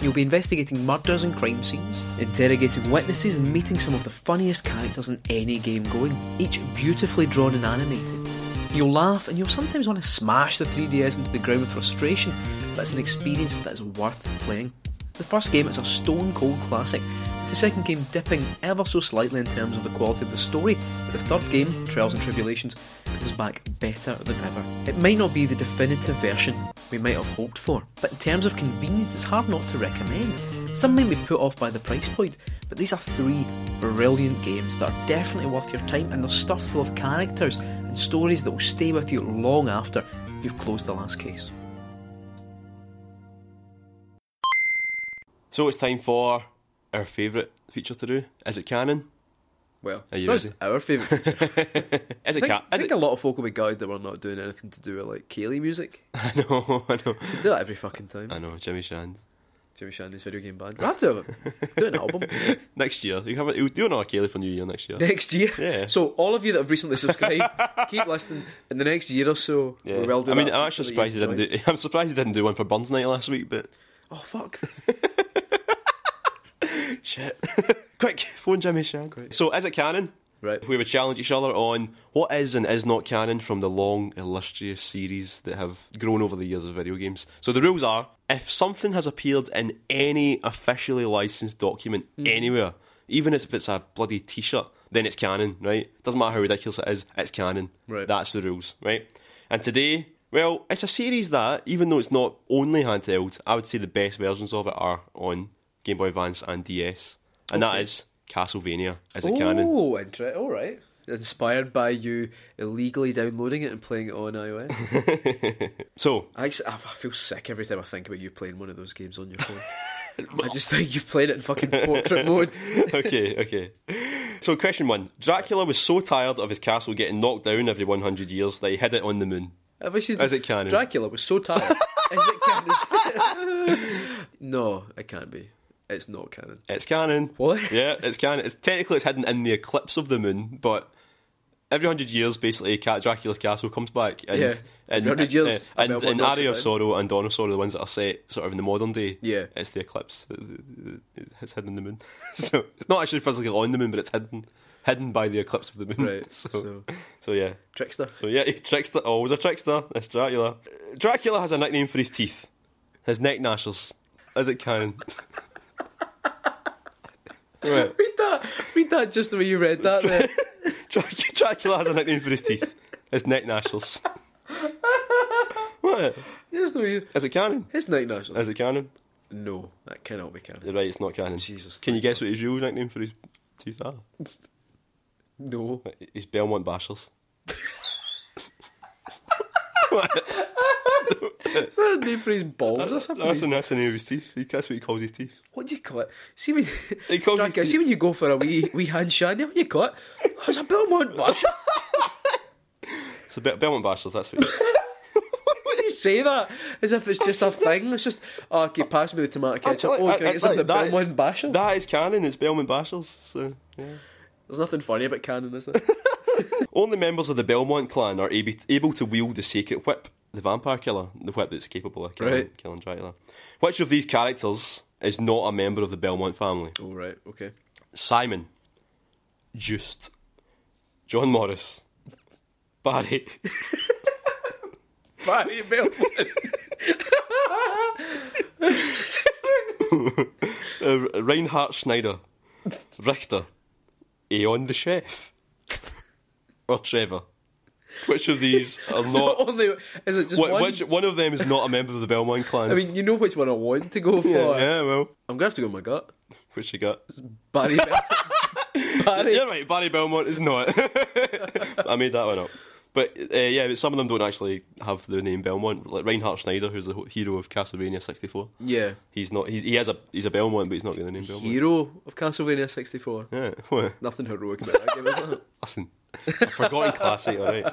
You'll be investigating murders and crime scenes, interrogating witnesses, and meeting some of the funniest characters in any game going, each beautifully drawn and animated. You'll laugh and you'll sometimes want to smash the 3DS into the ground with frustration, but it's an experience that is worth playing. The first game is a stone cold classic, with the second game dipping ever so slightly in terms of the quality of the story, but the third game, Trials and Tribulations, comes back better than ever. It might not be the definitive version we might have hoped for, but in terms of convenience, it's hard not to recommend. Some may be put off by the price point, but these are three brilliant games that are definitely worth your time, and they're stuff full of characters and stories that will stay with you long after you've closed the last case. so it's time for our favourite feature to do. Is it canon? Well, Are it's you not just ready? our favourite feature. Is I it think, canon? I Is think it? a lot of folk will be guyed that we're not doing anything to do with like Kaylee music. I know, I know, We do that every fucking time. I know. Jimmy Shand. Jimmy Shandy's video game band. We have to have it. do an album Next year, you have a, you'll do another Kaylee for New Year next year. next year. Yeah. So all of you that have recently subscribed, keep listening. In the next year or so, Yeah. we will do. I mean, that I'm feature that actually you surprised he didn't enjoy. do. I'm surprised he didn't do one for Burns Night last week, but Oh fuck! Shit. Quick, phone Jimmy Shand. So, is it canon? Right. We would challenge each other on what is and is not canon from the long, illustrious series that have grown over the years of video games. So, the rules are if something has appeared in any officially licensed document anywhere, even if it's a bloody t shirt, then it's canon, right? Doesn't matter how ridiculous it is, it's canon. Right. That's the rules, right? And today, well, it's a series that, even though it's not only handheld, I would say the best versions of it are on Game Boy Advance and DS. And that is Castlevania as a canon. Oh, interesting. All right. Inspired by you illegally downloading it and playing it on iOS. So, I, s- I feel sick every time I think about you playing one of those games on your phone. I just think you're playing it in fucking portrait mode. okay, okay. So, question one Dracula was so tired of his castle getting knocked down every 100 years that he hid it on the moon. I wish you'd- Is it canon? Uh, Dracula was so tired. Is it canon? no, it can't be. It's not canon. It's canon. What? Yeah, it's canon. It's technically it's hidden in the eclipse of the moon, but every hundred years, basically, Cat Dracula's castle comes back. And, Yeah. and, Every 100 years, uh, and, about and, what knocks Aria it of down. Sorrow and Dawn of Sorrow, the ones that are set sort of in the modern day. Yeah. it's the eclipse. that- that- that- It's hidden in the moon, so it's not actually physically on the moon, but it's hidden, hidden by the eclipse of the moon. Right, So, so, so- yeah. Trickster. So yeah, he's trickster. Always a trickster. It's Dracula. Dracula has a nickname for his teeth, his neck gnashers. Is it canon? right. Read that. Read that just the way you read that. Then. Drac- Dracula has a nickname for his teeth. His neck gnashers. what? just the way you... Is it canon? It's Night National. Is it canon? No, that cannot be canon. You're right, it's not canon. Jesus. Can you guess what his real nickname for his teeth are? No. He's Belmont Bashers. Is that a name for his balls or That's, something? that's, the- that's the name of his teeth. He- That's what he calls his teeth. What do you call it? See when It calls Dracula, you- see when you go for a wee wee hand shandy, what do you call it? Oh, it's a Belmont Bash. So Bel- Belmont Bashers, that's what he Why would you say that? As if it's just a thing. It's just oh, okay, pass me the tomato ketchup. tell you, Oh, I- can I, I- get something like, that- Belmont Basher? That is canon, it's Belmont Bashers. So, yeah. There's nothing funny about canon, is there? Only members of the Belmont clan are ab- able to wield the sacred whip, the vampire killer, the whip that's capable of killing, Right. killing Dracula. Which of these characters is not a member of the Belmont family? oh right, okay. Simon, Just, John Morris, Barry, Barry Belmont. uh, Reinhard Schneider, Richter, Aeon the Chef, or Trevor. Which of these are not? Only is it just Wh- one? Which one of them is not a member of the Belmont clan? I mean, you know which one I want to go for. yeah, yeah, well, I'm gonna have to go with my gut. which you got? Barry. Bel- Barry. You're right, Barry Belmont is not. I made that one up. But uh, yeah, but some of them don't actually have the name Belmont. Like Reinhard Schneider, who's the ho- hero of Castlevania '64. Yeah. He's not. He's, he has a. He's a Belmont, but he's not got the name Belmont. Hero of Castlevania 64. yeah. What? Nothing heroic about that game, is there? Listen, it's a forgotten classic. All right.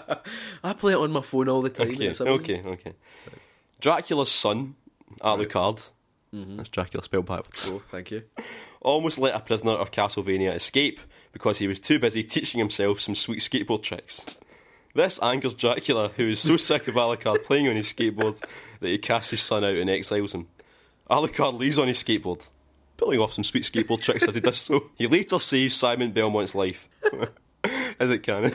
I play it on my phone all the time. and Okay. it's amazing. Okay. Okay. Dracula's son, Alucard. That's Dracula spelled backwards. Oh, thank you. almost let a prisoner of Castlevania escape because he was too busy teaching himself some sweet skateboard tricks. This angers Dracula, who is so sick of Alucard playing on his skateboard that he casts his son out and exiles him. Alucard leaves on his skateboard, pulling off some sweet skateboard tricks as he does so. He later saves Simon Belmont's life. is it canon?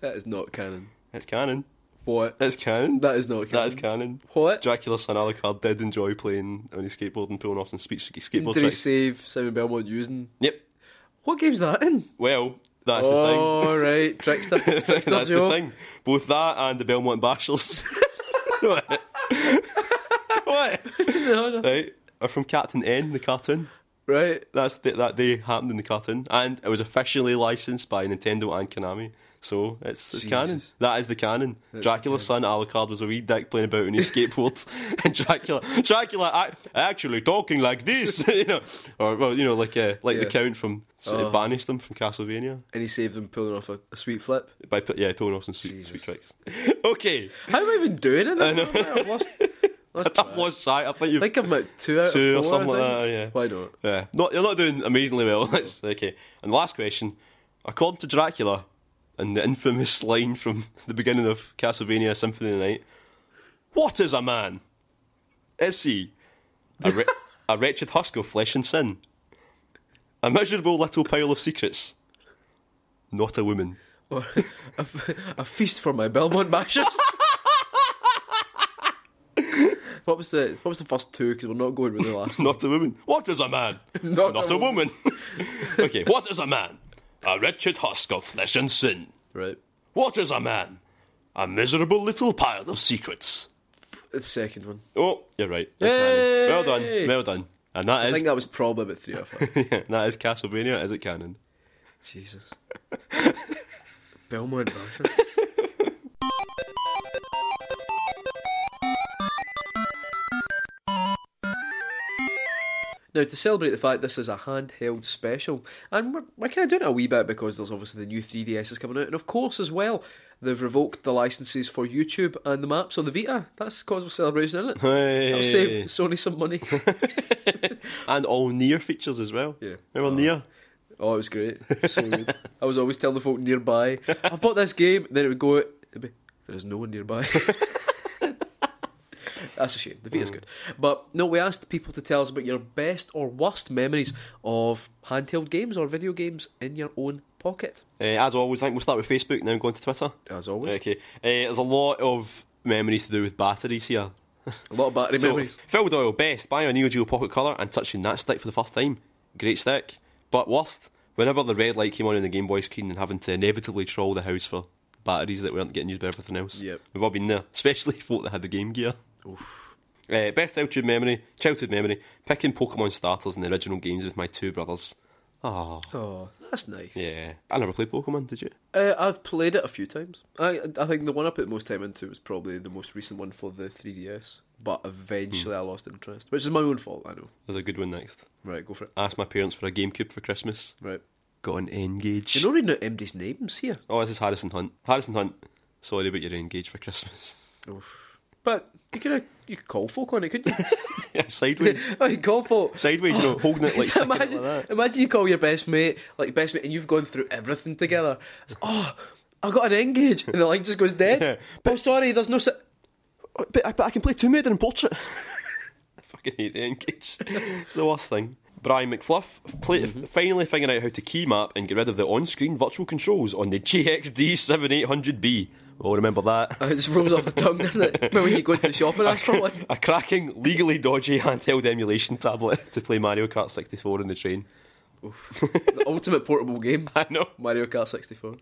That is not canon. It's canon. What? It's canon. That is not canon. That is canon. What? Dracula's son Alucard did enjoy playing on his skateboard and pulling off some sweet Did skateboard he tricks. save Simon Belmont using? Yep. What game's that in? Well, that's the thing. oh, right. Trickster. Trickster That's Joe. the thing. Both that and the Belmont Bashers. what? what? No, no. Right. Are from Captain N, the cartoon. Right. That's the, that day happened in the cartoon, and it was officially licensed by Nintendo and Konami. So it's, it's Jesus. canon. That is the canon. Dracula's son Alucard was a wee dick playing about on his skateboard, and Dracula, Dracula, I, actually talking like this, you know, or well, you know, like uh, like the Yeah. Count from Oh. banished them from Castlevania And he saved him pulling off a, a sweet flip. by pu- yeah pulling off some sweet, Jesus. sweet tricks. okay, How am I even doing in this? know. moment? I've lost. lost I've track. lost sight. I think I you've. think I'm at two out Two or of four. something I like think. that, yeah. Why not? yeah. Not, you're not doing amazingly well. That's okay. And the last question. According to Dracula, and the infamous line from the beginning of Castlevania Symphony of the Night, what is a man? Is he a, wre- a wretched husk of flesh and sin? A miserable little pile of secrets? Not a woman. Or a, f- a feast for my Belmont bashers. what was the What was the first two? Because we're not going with the last. Not a woman. What is a man? Not a, a woman. okay, what is a man? A wretched husk of flesh and sin. Right. What is a man? A miserable little pile of secrets. The second one. Oh, you're right. That's Yay! canon. Well done. Well done. And that I is think that was probably about three or four. that is Castlevania. Is it canon? Jesus. Belmont bashers. Now, to celebrate the fact this is a handheld special, and we're, we're kind of doing it a wee bit because there's obviously the new 3DS is coming out, and of course, as well, they've revoked the licenses for YouTube and the maps on the Vita. That's cause for celebration, isn't it? That'll Hey. save Sony some money. and all near features as well. Yeah. remember near? oh, it was great. So good. I was always telling the folk nearby, I've bought this game, then it would go out, it'd be, there is no one nearby. That's a shame. The Vita's good. But no, we asked people to tell us about your best or worst memories of handheld games or video games in your own pocket. Uh, as always, I think we'll start with Facebook now and go on to Twitter. As always. Okay, uh, there's a lot of memories to do with batteries here. A lot of battery So, memories. Phil Doyle, best, buying a Neo Geo Pocket Color and touching that stick for the first time. Great stick. But worst, whenever the red light came on in the Game Boy screen and having to inevitably troll the house for batteries that weren't getting used by everything else. Yep. We've all been there, especially folk that had the Game Gear. Uh, best childhood memory, childhood memory, picking Pokemon starters in the original games with my two brothers. Oh, Oh, that's nice. yeah. I never played Pokemon, did you? Uh, I've played it a few times. I I think the one I put most time into was probably the most recent one for the 3DS, but eventually I lost interest, which is my own fault, I know. There's a good one next. Right, go for it. I asked my parents for a GameCube for Christmas. Right. Got an N-Gauge. You're not reading out MD's names here. oh, this is Harrison Hunt. Harrison Hunt, sorry about your N-Gauge for Christmas. Oof. But you could you could call folk on it, couldn't you? Yeah, sideways. I Oh, could call folk. sideways, you know, holding it like, sticking it imagine, like that. imagine you call your best mate, like best mate, and you've gone through everything together. It's, oh, I got an engage, and the line just goes dead. Yeah, oh, sorry, there's no. Si- But I, but I can play Tomb Raider and Portrait. I fucking hate the Engage. it's the worst thing. Brian McFluff play, finally figured out how to key map and get rid of the on-screen virtual controls on the GXD7800B. We'll Oh, remember that. it just rolls off the tongue, doesn't it? Remember when you go to the shop and ask for one? A cracking, legally dodgy handheld emulation tablet to play Mario Kart 64 in the train. the ultimate portable game. I know. Mario Kart 64.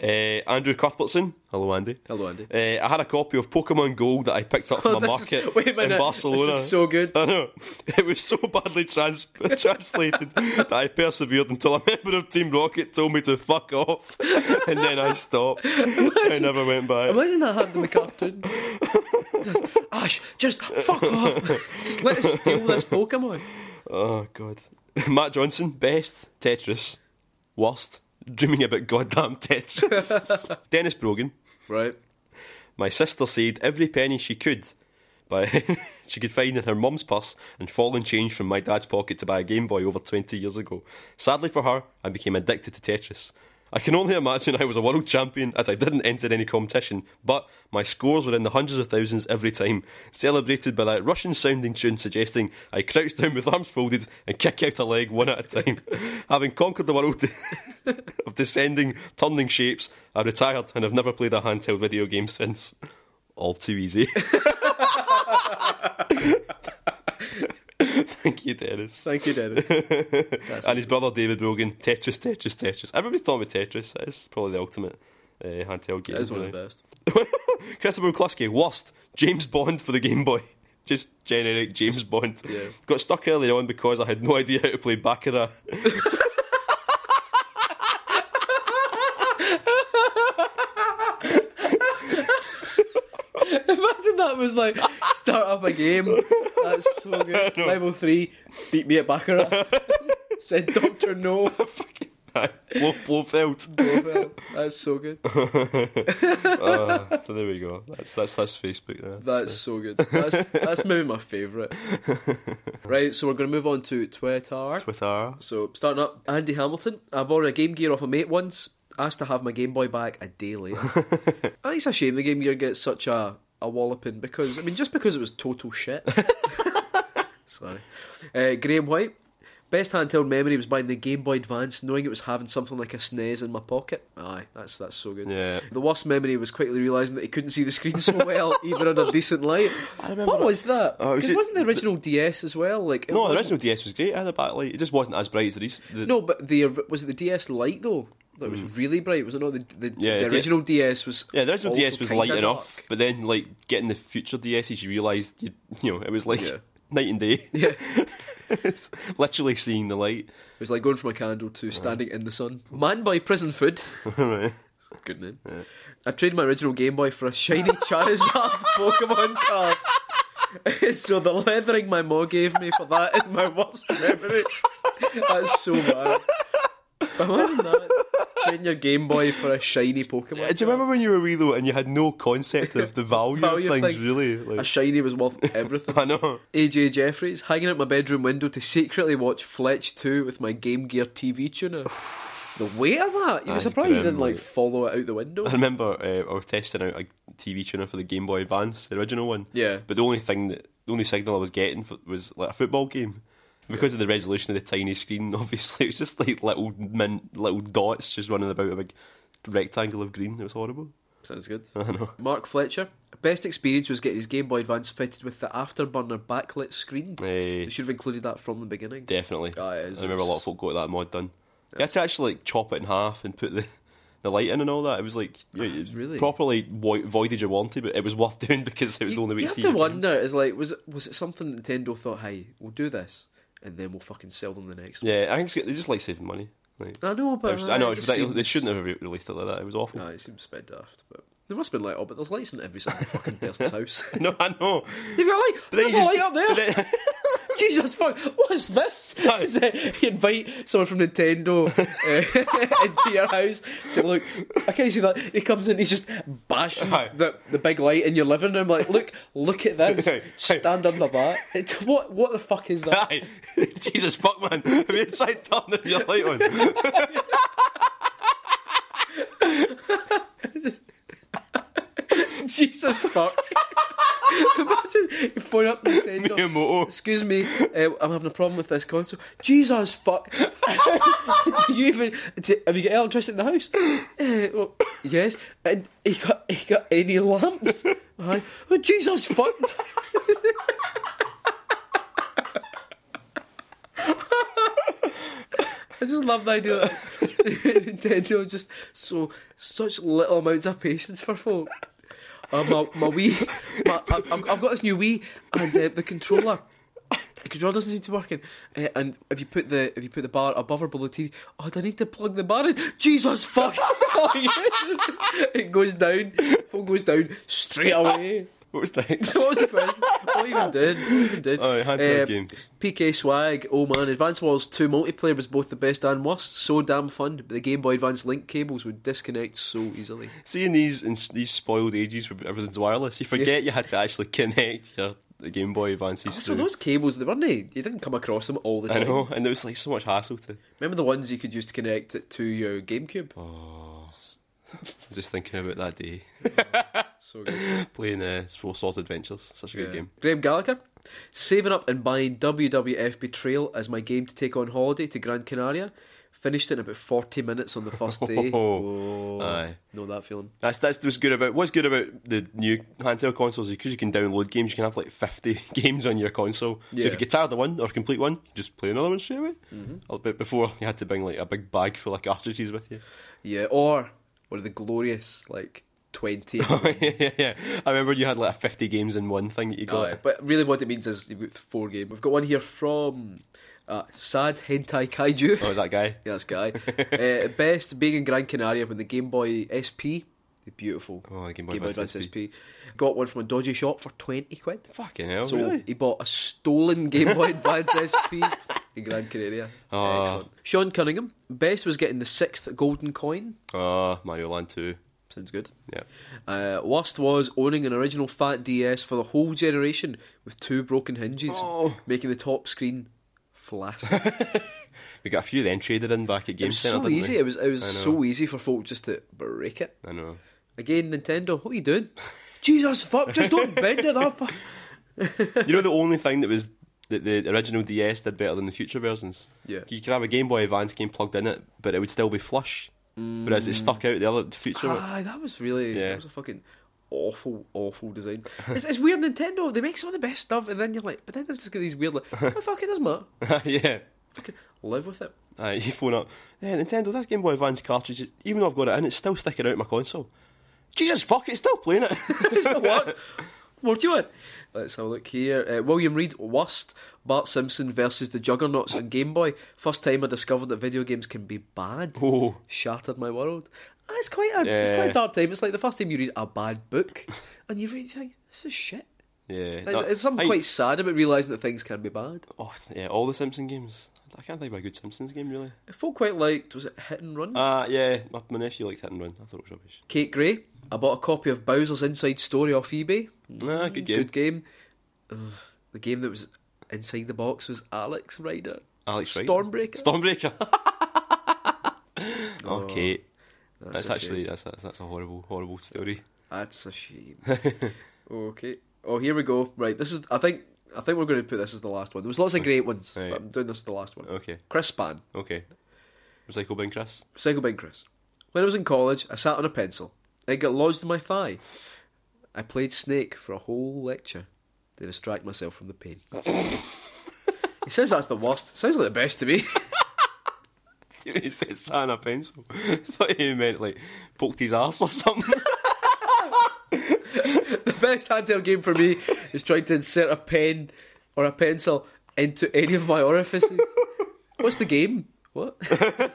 Uh, Andrew Cuthbertson. Hello, Andy. Hello, Andy. Uh, I had a copy of Pokemon Gold that I picked up from a This is- market wait a minute. in Barcelona. This is so good. I know. It was so badly trans- translated that I persevered until a member of Team Rocket told me to fuck off, and then I stopped. I never went back. Imagine that happened in the cartoon. Just, Ash, just fuck off. Just let us steal this Pokemon. Oh god. Matt Johnson, best Tetris, worst dreaming about goddamn Tetris. Dennis Brogan. Right. My sister saved every penny she could, but she could find in her mum's purse and fallen change from my dad's pocket to buy a Game Boy over 20 years ago. Sadly for her, I became addicted to Tetris. I can only imagine I was a world champion as I didn't enter any competition, but my scores were in the hundreds of thousands every time, celebrated by that Russian sounding tune suggesting I crouch down with arms folded and kick out a leg one at a time. Having conquered the world of descending, turning shapes, I retired and have never played a handheld video game since. All too easy. Thank you, Dennis. Thank you, Dennis. and his brother David Brogan, Tetris, Tetris, Tetris. Everybody's talking about Tetris. That is probably the ultimate uh, handheld game. That is one of really. the best. Christopher McCluskey, worst James Bond for the Game Boy. Just generic James Bond. Yeah. Got stuck early on because I had no idea how to play Baccarat. Imagine that was like start up a game. That's so good. Level three, beat me at Baccarat. Said Doctor No. Aye, Blow, Blofeld. That's so good. Ah, so there we go. That's that's that's Facebook there. That's so good. That's that's maybe my favourite. Right, so we're gonna move on to Twitter. So, Twitter. So starting up, Andy Hamilton. I borrowed a Game Gear off a mate once. Asked to have my Game Boy back a day later. I think it's a shame the Game Gear gets such a a walloping because I mean just because it was total shit. Sorry, uh, Graham White. Best handheld memory was buying the Game Boy Advance, knowing it was having something like a SNES in my pocket. Aye, that's that's so good. Yeah. The worst memory was quickly realising that he couldn't see the screen so well, even under decent light. what was that? Oh, it was 'Cause it- wasn't the original DS as well? Like it No, the wasn't- original DS was great. I had a backlight. It just wasn't as bright as the. rest- the no, but the was it the DS Lite though? That was really bright, was it not? The, the, Hmm. Yeah, the D- original DS was Yeah, the original also DS was kinda light enough, dark. but then like getting the future DSs, you realised you you know it was like Yeah. night and day. Yeah, it's literally seeing the light. it was like going from a candle to standing in the sun. Man by prison food. Uh-huh. Right. Good name. I traded my original Game Boy for a shiny Charizard Pokemon card. so the leathering my ma gave me for that is my worst memory. That's so bad. But imagine that. Trading your Game Boy for a shiny Pokemon. Do you remember when you were wee though and you had no concept of the value, Value of of things thing. really? A Like, shiny was worth everything. I know. AJ Jeffries hanging out my bedroom window to secretly watch Fletch 2 with my Game Gear TV tuner. The weight of that, you'd be That's surprised you grim, didn't like mate. follow it out the window. I remember uh, I was testing out a TV tuner for the Game Boy Advance, the original one. Yeah. But the only thing that the only signal I was getting for, was like a football game. Because of the resolution of the tiny screen, obviously it was just like little min, little dots just running about a big rectangle of green. It was horrible. Sounds good. I know. Mark Fletcher. Best experience was getting his Game Boy Advance fitted with the afterburner backlit screen. Eh, They should have included that from the beginning. definitely. Ah, it is, I remember a it's- lot of folk got that mod done. You had to actually like chop it in half and put the the light in and all that. It was like yeah, it was Really? properly vo- voided your warranty, but it was worth doing because it was the only way you to have see to your games. wonder is like was it, was it something that Nintendo thought, hey, we'll do this and then we'll fucking sell them the next Yeah, I think it's- they just like saving money. Like, one. I know, but I, was- I know it it's just ridiculous. They seems- shouldn't have re- released it like that. It was awful. Ah, it seems a bit daft, but there must have been light on, but there's lights in every single fucking person's house. no, I know. You've got light. then There's you a just- light up there. but then- Jesus fuck! What's this? Is it, you invite someone from Nintendo uh, into your house. Say, look, I can't see that. He comes in, he's just bashing Aye. the, the big light in your living room. Like, look, look at Aye. this. Stand under that. It's- what? What the fuck is that? Aye. Jesus fuck, man. Have you tried turning your light on? Jesus fuck! Imagine you phone up Nintendo. Miyamoto. Excuse me, uh, I'm having a problem with this console. Jesus fuck! do you even do- have you got electricity in the house? Uh, well, yes. And he got he got any lamps? Aye. Oh, Jesus fuck! I just love the idea that it's- Nintendo just so such little amounts of patience for folk. Uh, my my Wii, my, I've, I've I've got this new Wii and uh, the controller. The controller doesn't seem to be working. Uh, and if you put the if you put the bar above or below the TV, oh, do I need to plug the bar in? Jesus fuck! it goes down. Phone goes down straight away. What was next? what was the question? What even did? What even did? Alright, handheld games. PK Uh, Swag, oh man, Advance Wars 2 multiplayer was both the best and worst. So damn fun, but the Game Boy Advance link cables would disconnect so easily. Seeing these in s- these spoiled ages where everything's wireless, you forget you had to actually connect your the Game Boy Advances So through. those cables, they weren't they? You didn't come across them all the I time. know, and there was like so much hassle to. Remember the ones you could use to connect it to your GameCube? Oh, Just thinking about that day So good. playing uh, Four Swords Adventures, such a good game. Graham Gallagher, saving up and buying WWF Betrayal as my game to take on holiday to Gran Canaria. Finished it in about 40 minutes on the first day. Oh, Whoa. aye. Know that feeling. That's that's what's good about what's good about the new handheld consoles is because you can download games. You can have like fifty games on your console. So if Yeah. you get tired of one or complete one, just play another one straight away. Mm-hmm. But before you had to bring like a big bag full of cartridges with you. Yeah, or what are the glorious like twenty? Oh, yeah, yeah, yeah. I remember you had like fifty games in one thing that you got. Aye, Uh, but really, what it means is you've got four games. We've got one here from uh, Sad Hentai Kaiju. Oh, was that guy? Yeah, that's guy. uh, best being in Gran Canaria when the Game Boy SP, the beautiful Oh, the Game Boy Advance SP. got one from a dodgy shop for twenty quid. Fucking hell! So Oh, really? he bought a stolen Game Boy Advance SP in Gran Canaria. Ah. Excellent. Sean Cunningham. Best was getting the sixth golden coin. Ah, Mario Land Two. Sounds good. Yeah. Uh, worst was owning an original fat DS for the whole generation with two broken hinges, Oh. making the top screen flaccid. We got a few then traded in back at it Game was Center. so didn't we? easy. It was it was I know. so easy for folk just to break it. I know. Again, Nintendo, what are you doing? Jesus fuck! Just don't bend it that far. You know the only thing that was that the original DS did better than the future versions. Yeah. you could have a Game Boy Advance game plugged in it, but it would still be flush. Mm. Whereas it stuck out the other the future. one. Ah, that was really Yeah. that was a fucking awful, awful design. It's, it's weird. Nintendo they make some of the best stuff, and then you're like, but then they've just got these weird like, oh, fuck it doesn't matter. yeah. Fucking live with it. Aye, you phone up. Yeah, Nintendo, that Game Boy Advance cartridge, even though I've got it in, it's still sticking out my console. Jesus fuck, it's still playing it. It's the worst. What do you want? Let's have a look here. Uh, William Reed, worst. Bart Simpson versus the Juggernauts on Game Boy. First time I discovered that video games can be bad. oh, Shattered my world. Ah, It's quite a it's quite Yeah. a dark time. It's like the first time you read a bad book and you read you think, this is shit. Yeah, There's, that- there's something I- quite sad about realising that things can be bad. Oh yeah, all the Simpson games. I can't think of a good Simpsons game really. Folk quite liked was it Hit and Run? Uh yeah, my, my nephew liked Hit and Run. I thought it was rubbish. Kate Gray. I bought a copy of Bowser's Inside Story off eBay. Ah, good game. Mm, Good game. Ugh, the game that was inside the box was Alex Rider. Alex Rider. Stormbreaker. Stormbreaker. Oh. okay, That's, that's a actually shame. that's, that's that's a horrible horrible story. that's a shame. okay. Oh, here we go. Right, this is. I think. I think we're going to put this as the last one. There was lots of great ones, Right. but I'm doing this as the last one. Okay, Chris Span. okay. Recycle bin, Chris. Recycle bin Chris. When I was in college, I sat on a pencil. It got lodged in my thigh. I played Snake for a whole lecture to distract myself from the pain. he says that's the worst. Sounds like the best to me. See when he said sat on a pencil. I thought he meant like poked his ass or something. the best handheld game for me is trying to insert a pen or a pencil into any of my orifices. What's the game? What? I'll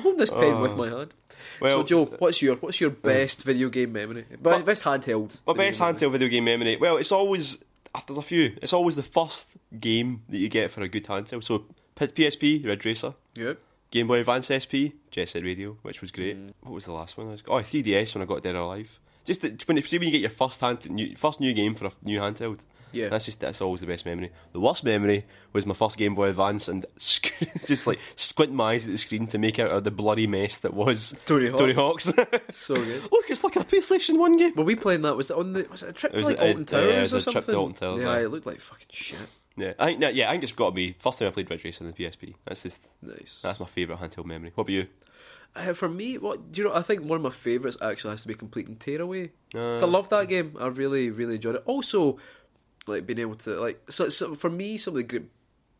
hold this pen with my hand. Oh. well- so, uh, Joe, what's your what's your best video game memory? But best handheld. My video game best memory? handheld video game memory. Well, it's always uh, there's a few. It's always the first game that you get for a good handheld. So P- PSP, Red Racer. Yeah. Game Boy Advance SP, Jet Set Radio, which was great. Mm. What was the last one? I was, oh, 3DS when I got Dead or Alive. Just that, when, see when you get your first hand, new, first new game for a f- new handheld. Yeah. that's just that's always the best memory. The worst memory was my first Game Boy Advance and sc- just like squinting my eyes at the screen to make out of the bloody mess that was Tony Hawk. Hawk's. So good. Look, it's like a PlayStation One game. Were we playing that? Was it on the was it a trip It to was like a- Alton yeah, Towers it was or a trip to something? Alton Towers, yeah, aye. it looked like fucking shit. Yeah, I think no, yeah, I think it's got to be first time I played Ridge Racer on the PSP. That's just Nice. that's my favourite handheld memory. What about you? Uh, for me, what do you know? I think one of my favourites actually has to be completing Tearaway. Uh. so I love that game. I really, really enjoyed it. Also, like being able to like so, so for me, some of the great,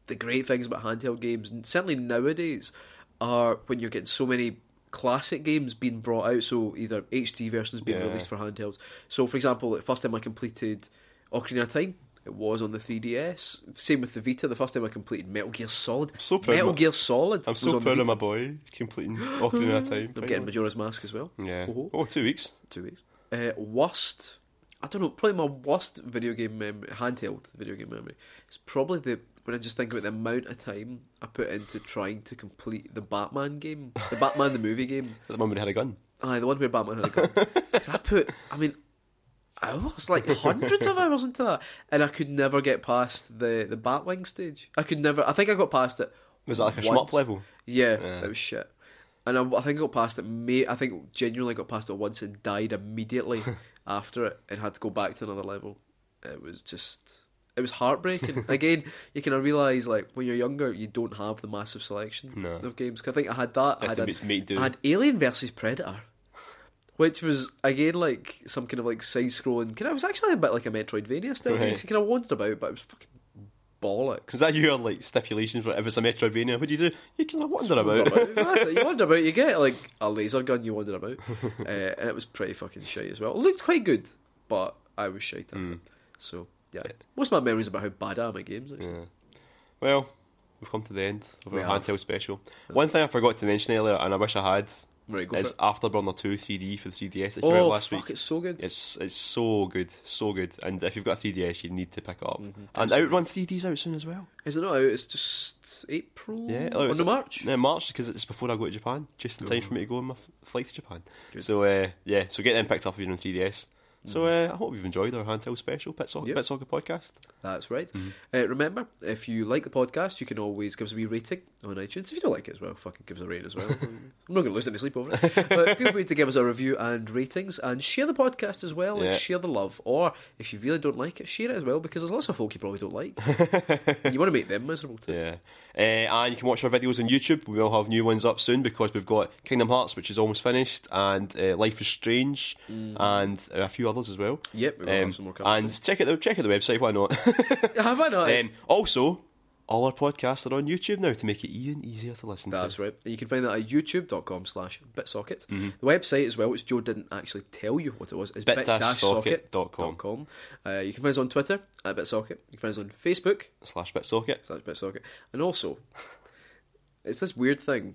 the great things about handheld games, and certainly nowadays, are when you're getting so many classic games being brought out. So either HD versions being Yeah. released for handhelds. So for example, the first time I completed Ocarina of Time. It was on the 3DS. Same with the Vita. The first time I completed Metal Gear Solid. so proud of Metal my- Gear Solid. I'm was so on the proud of Vita. my boy completing Ocarina of Time. I'm finally. getting Majora's Mask as well. Yeah. Ho-ho. Oh, two weeks. Two weeks. Uh, worst. I don't know. Probably my worst video game memory, handheld video game memory. It's probably the when I just think about the amount of time I put into trying to complete the Batman game, the Batman the movie game. Is that the one when he had a gun? Aye, the one where Batman had a gun. 'Cause I put, I mean, hours, like hundreds of hours into that, and I could never get past the the Batwing stage. I could never. I think I got past it. Was that like a once. schmuck level? Yeah, Yeah. that was shit. And I, I think I got past it. May I think genuinely got past it once and died immediately after it, and had to go back to another level. It was just. It was heartbreaking. Again, you kind of realise like when you're younger, you don't have the massive selection No. of games. 'Cause I think I had that. I I had, think a- it's made do. I had Alien versus Predator, which was again like some kind of like side-scrolling. Kind of, it was actually a bit like a Metroidvania style. Right. Right. You kind of wandered about, but it was fucking bollocks. Is that your like stipulation for if it's a Metroidvania? What do you do? You can wander about. That's it, You wander about. You get like a laser gun. You wander about, uh, and it was pretty fucking shite as well. It looked quite good, but I was shite at Mm. it. So yeah, most of my memories about how bad I am at games. Actually. Yeah. Well, we've come to the end of our We have. handheld special. One thing I forgot to mention earlier, and I wish I had, Right, go for is it. Afterburner 2 3D for the 3DS that came out Oh last fuck, week. it's so good. It's it's so good, so good. And if you've got a 3DS, you need to pick it up. Mm-hmm. And Outrun 3D's out soon as well. Is it not out? It's just April. Yeah, oh, or it's no March. Yeah, March because it's before I go to Japan, just in time for me to go on my f- flight to Japan. Good. So uh, yeah, so get them picked up if you're on 3DS. So uh, I hope you've enjoyed our handheld special Pit Soc- Mm. Yep. Pit Soccer podcast. That's right. Uh, remember, if you like the podcast, you can always give us a wee rating on iTunes. If you don't like it as well, fucking give us a rating as well. I'm not going to lose any sleep over it. But feel free to give us a review and ratings and share the podcast as well Yeah. and share the love. Or if you really don't like it, share it as well because there's lots of folk you probably don't like. and you want to make them miserable too. Yeah, uh, and you can watch our videos on YouTube. We will have new ones up soon because we've got Kingdom Hearts, which is almost finished, and uh, Life is Strange, and a few others as well. Mm. Um, Yep, we will have some more coming and check out the check out the website. Why not? Have I not? um, also, all our podcasts are on YouTube now to make it even easier to listen to. That's right. And you can find that at youtube.com slash bitsocket. The website as well, which Joe didn't actually tell you what it was, is Bit-socket.com. bit-socket.com. Uh, you can find us on Twitter at bitsocket. You can find us on Facebook Slash Bitsocket. slash bitsocket. And also, it's this weird thing.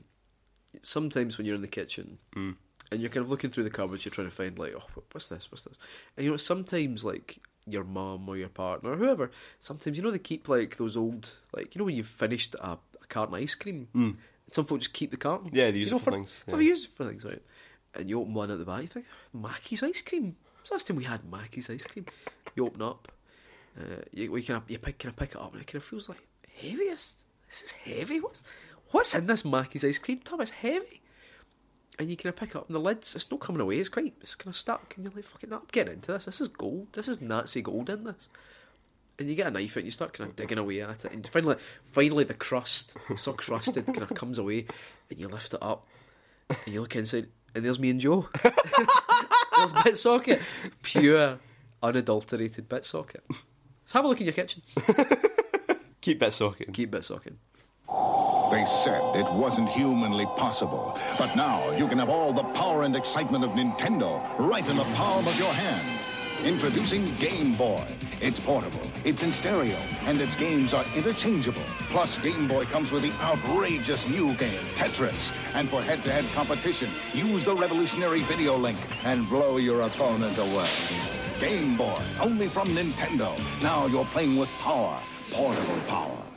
Sometimes when you're in the kitchen and you're kind of looking through the cupboards, you're trying to find like, oh, wh- what's this? What's this? And you know, sometimes like your mum or your partner or whoever, sometimes you know they keep like those old like you know when you've finished a, a carton of ice cream, some folk just keep the carton. Mm. Yeah, they use you know, it for things, Have yeah. you used it for things, right? And you open one at the back, you think Mackey's ice cream. When's the last time we had Mackey's ice cream? You open up, uh, you, you kind of you pick kind of pick it up, and it kind of feels like heavy. This this is heavy. What's what's in this Mackey's ice cream tub? It's heavy and you kind of pick it up and the lids, it's not coming away, it's quite, it's kind of stuck, and you're like, fucking, I'm getting into this, this is gold, this is Nazi gold in this. And you get a knife out and you start kind of digging away at it, and finally, finally the crust, it's all crusted, kind of comes away, and you lift it up, and you look inside, and there's me and Joe. there's bit socket, pure, unadulterated bit socket. So have a look in your kitchen. Keep bit socket. Keep bit socket. They said it wasn't humanly possible. But now you can have all the power and excitement of Nintendo right in the palm of your hand. Introducing Game Boy. It's portable, it's in stereo, and its games are interchangeable. Plus, Game Boy comes with the outrageous new game, Tetris. And for head-to-head competition, use the revolutionary video link and blow your opponent away. Game Boy, only from Nintendo. Now you're playing with power, portable power.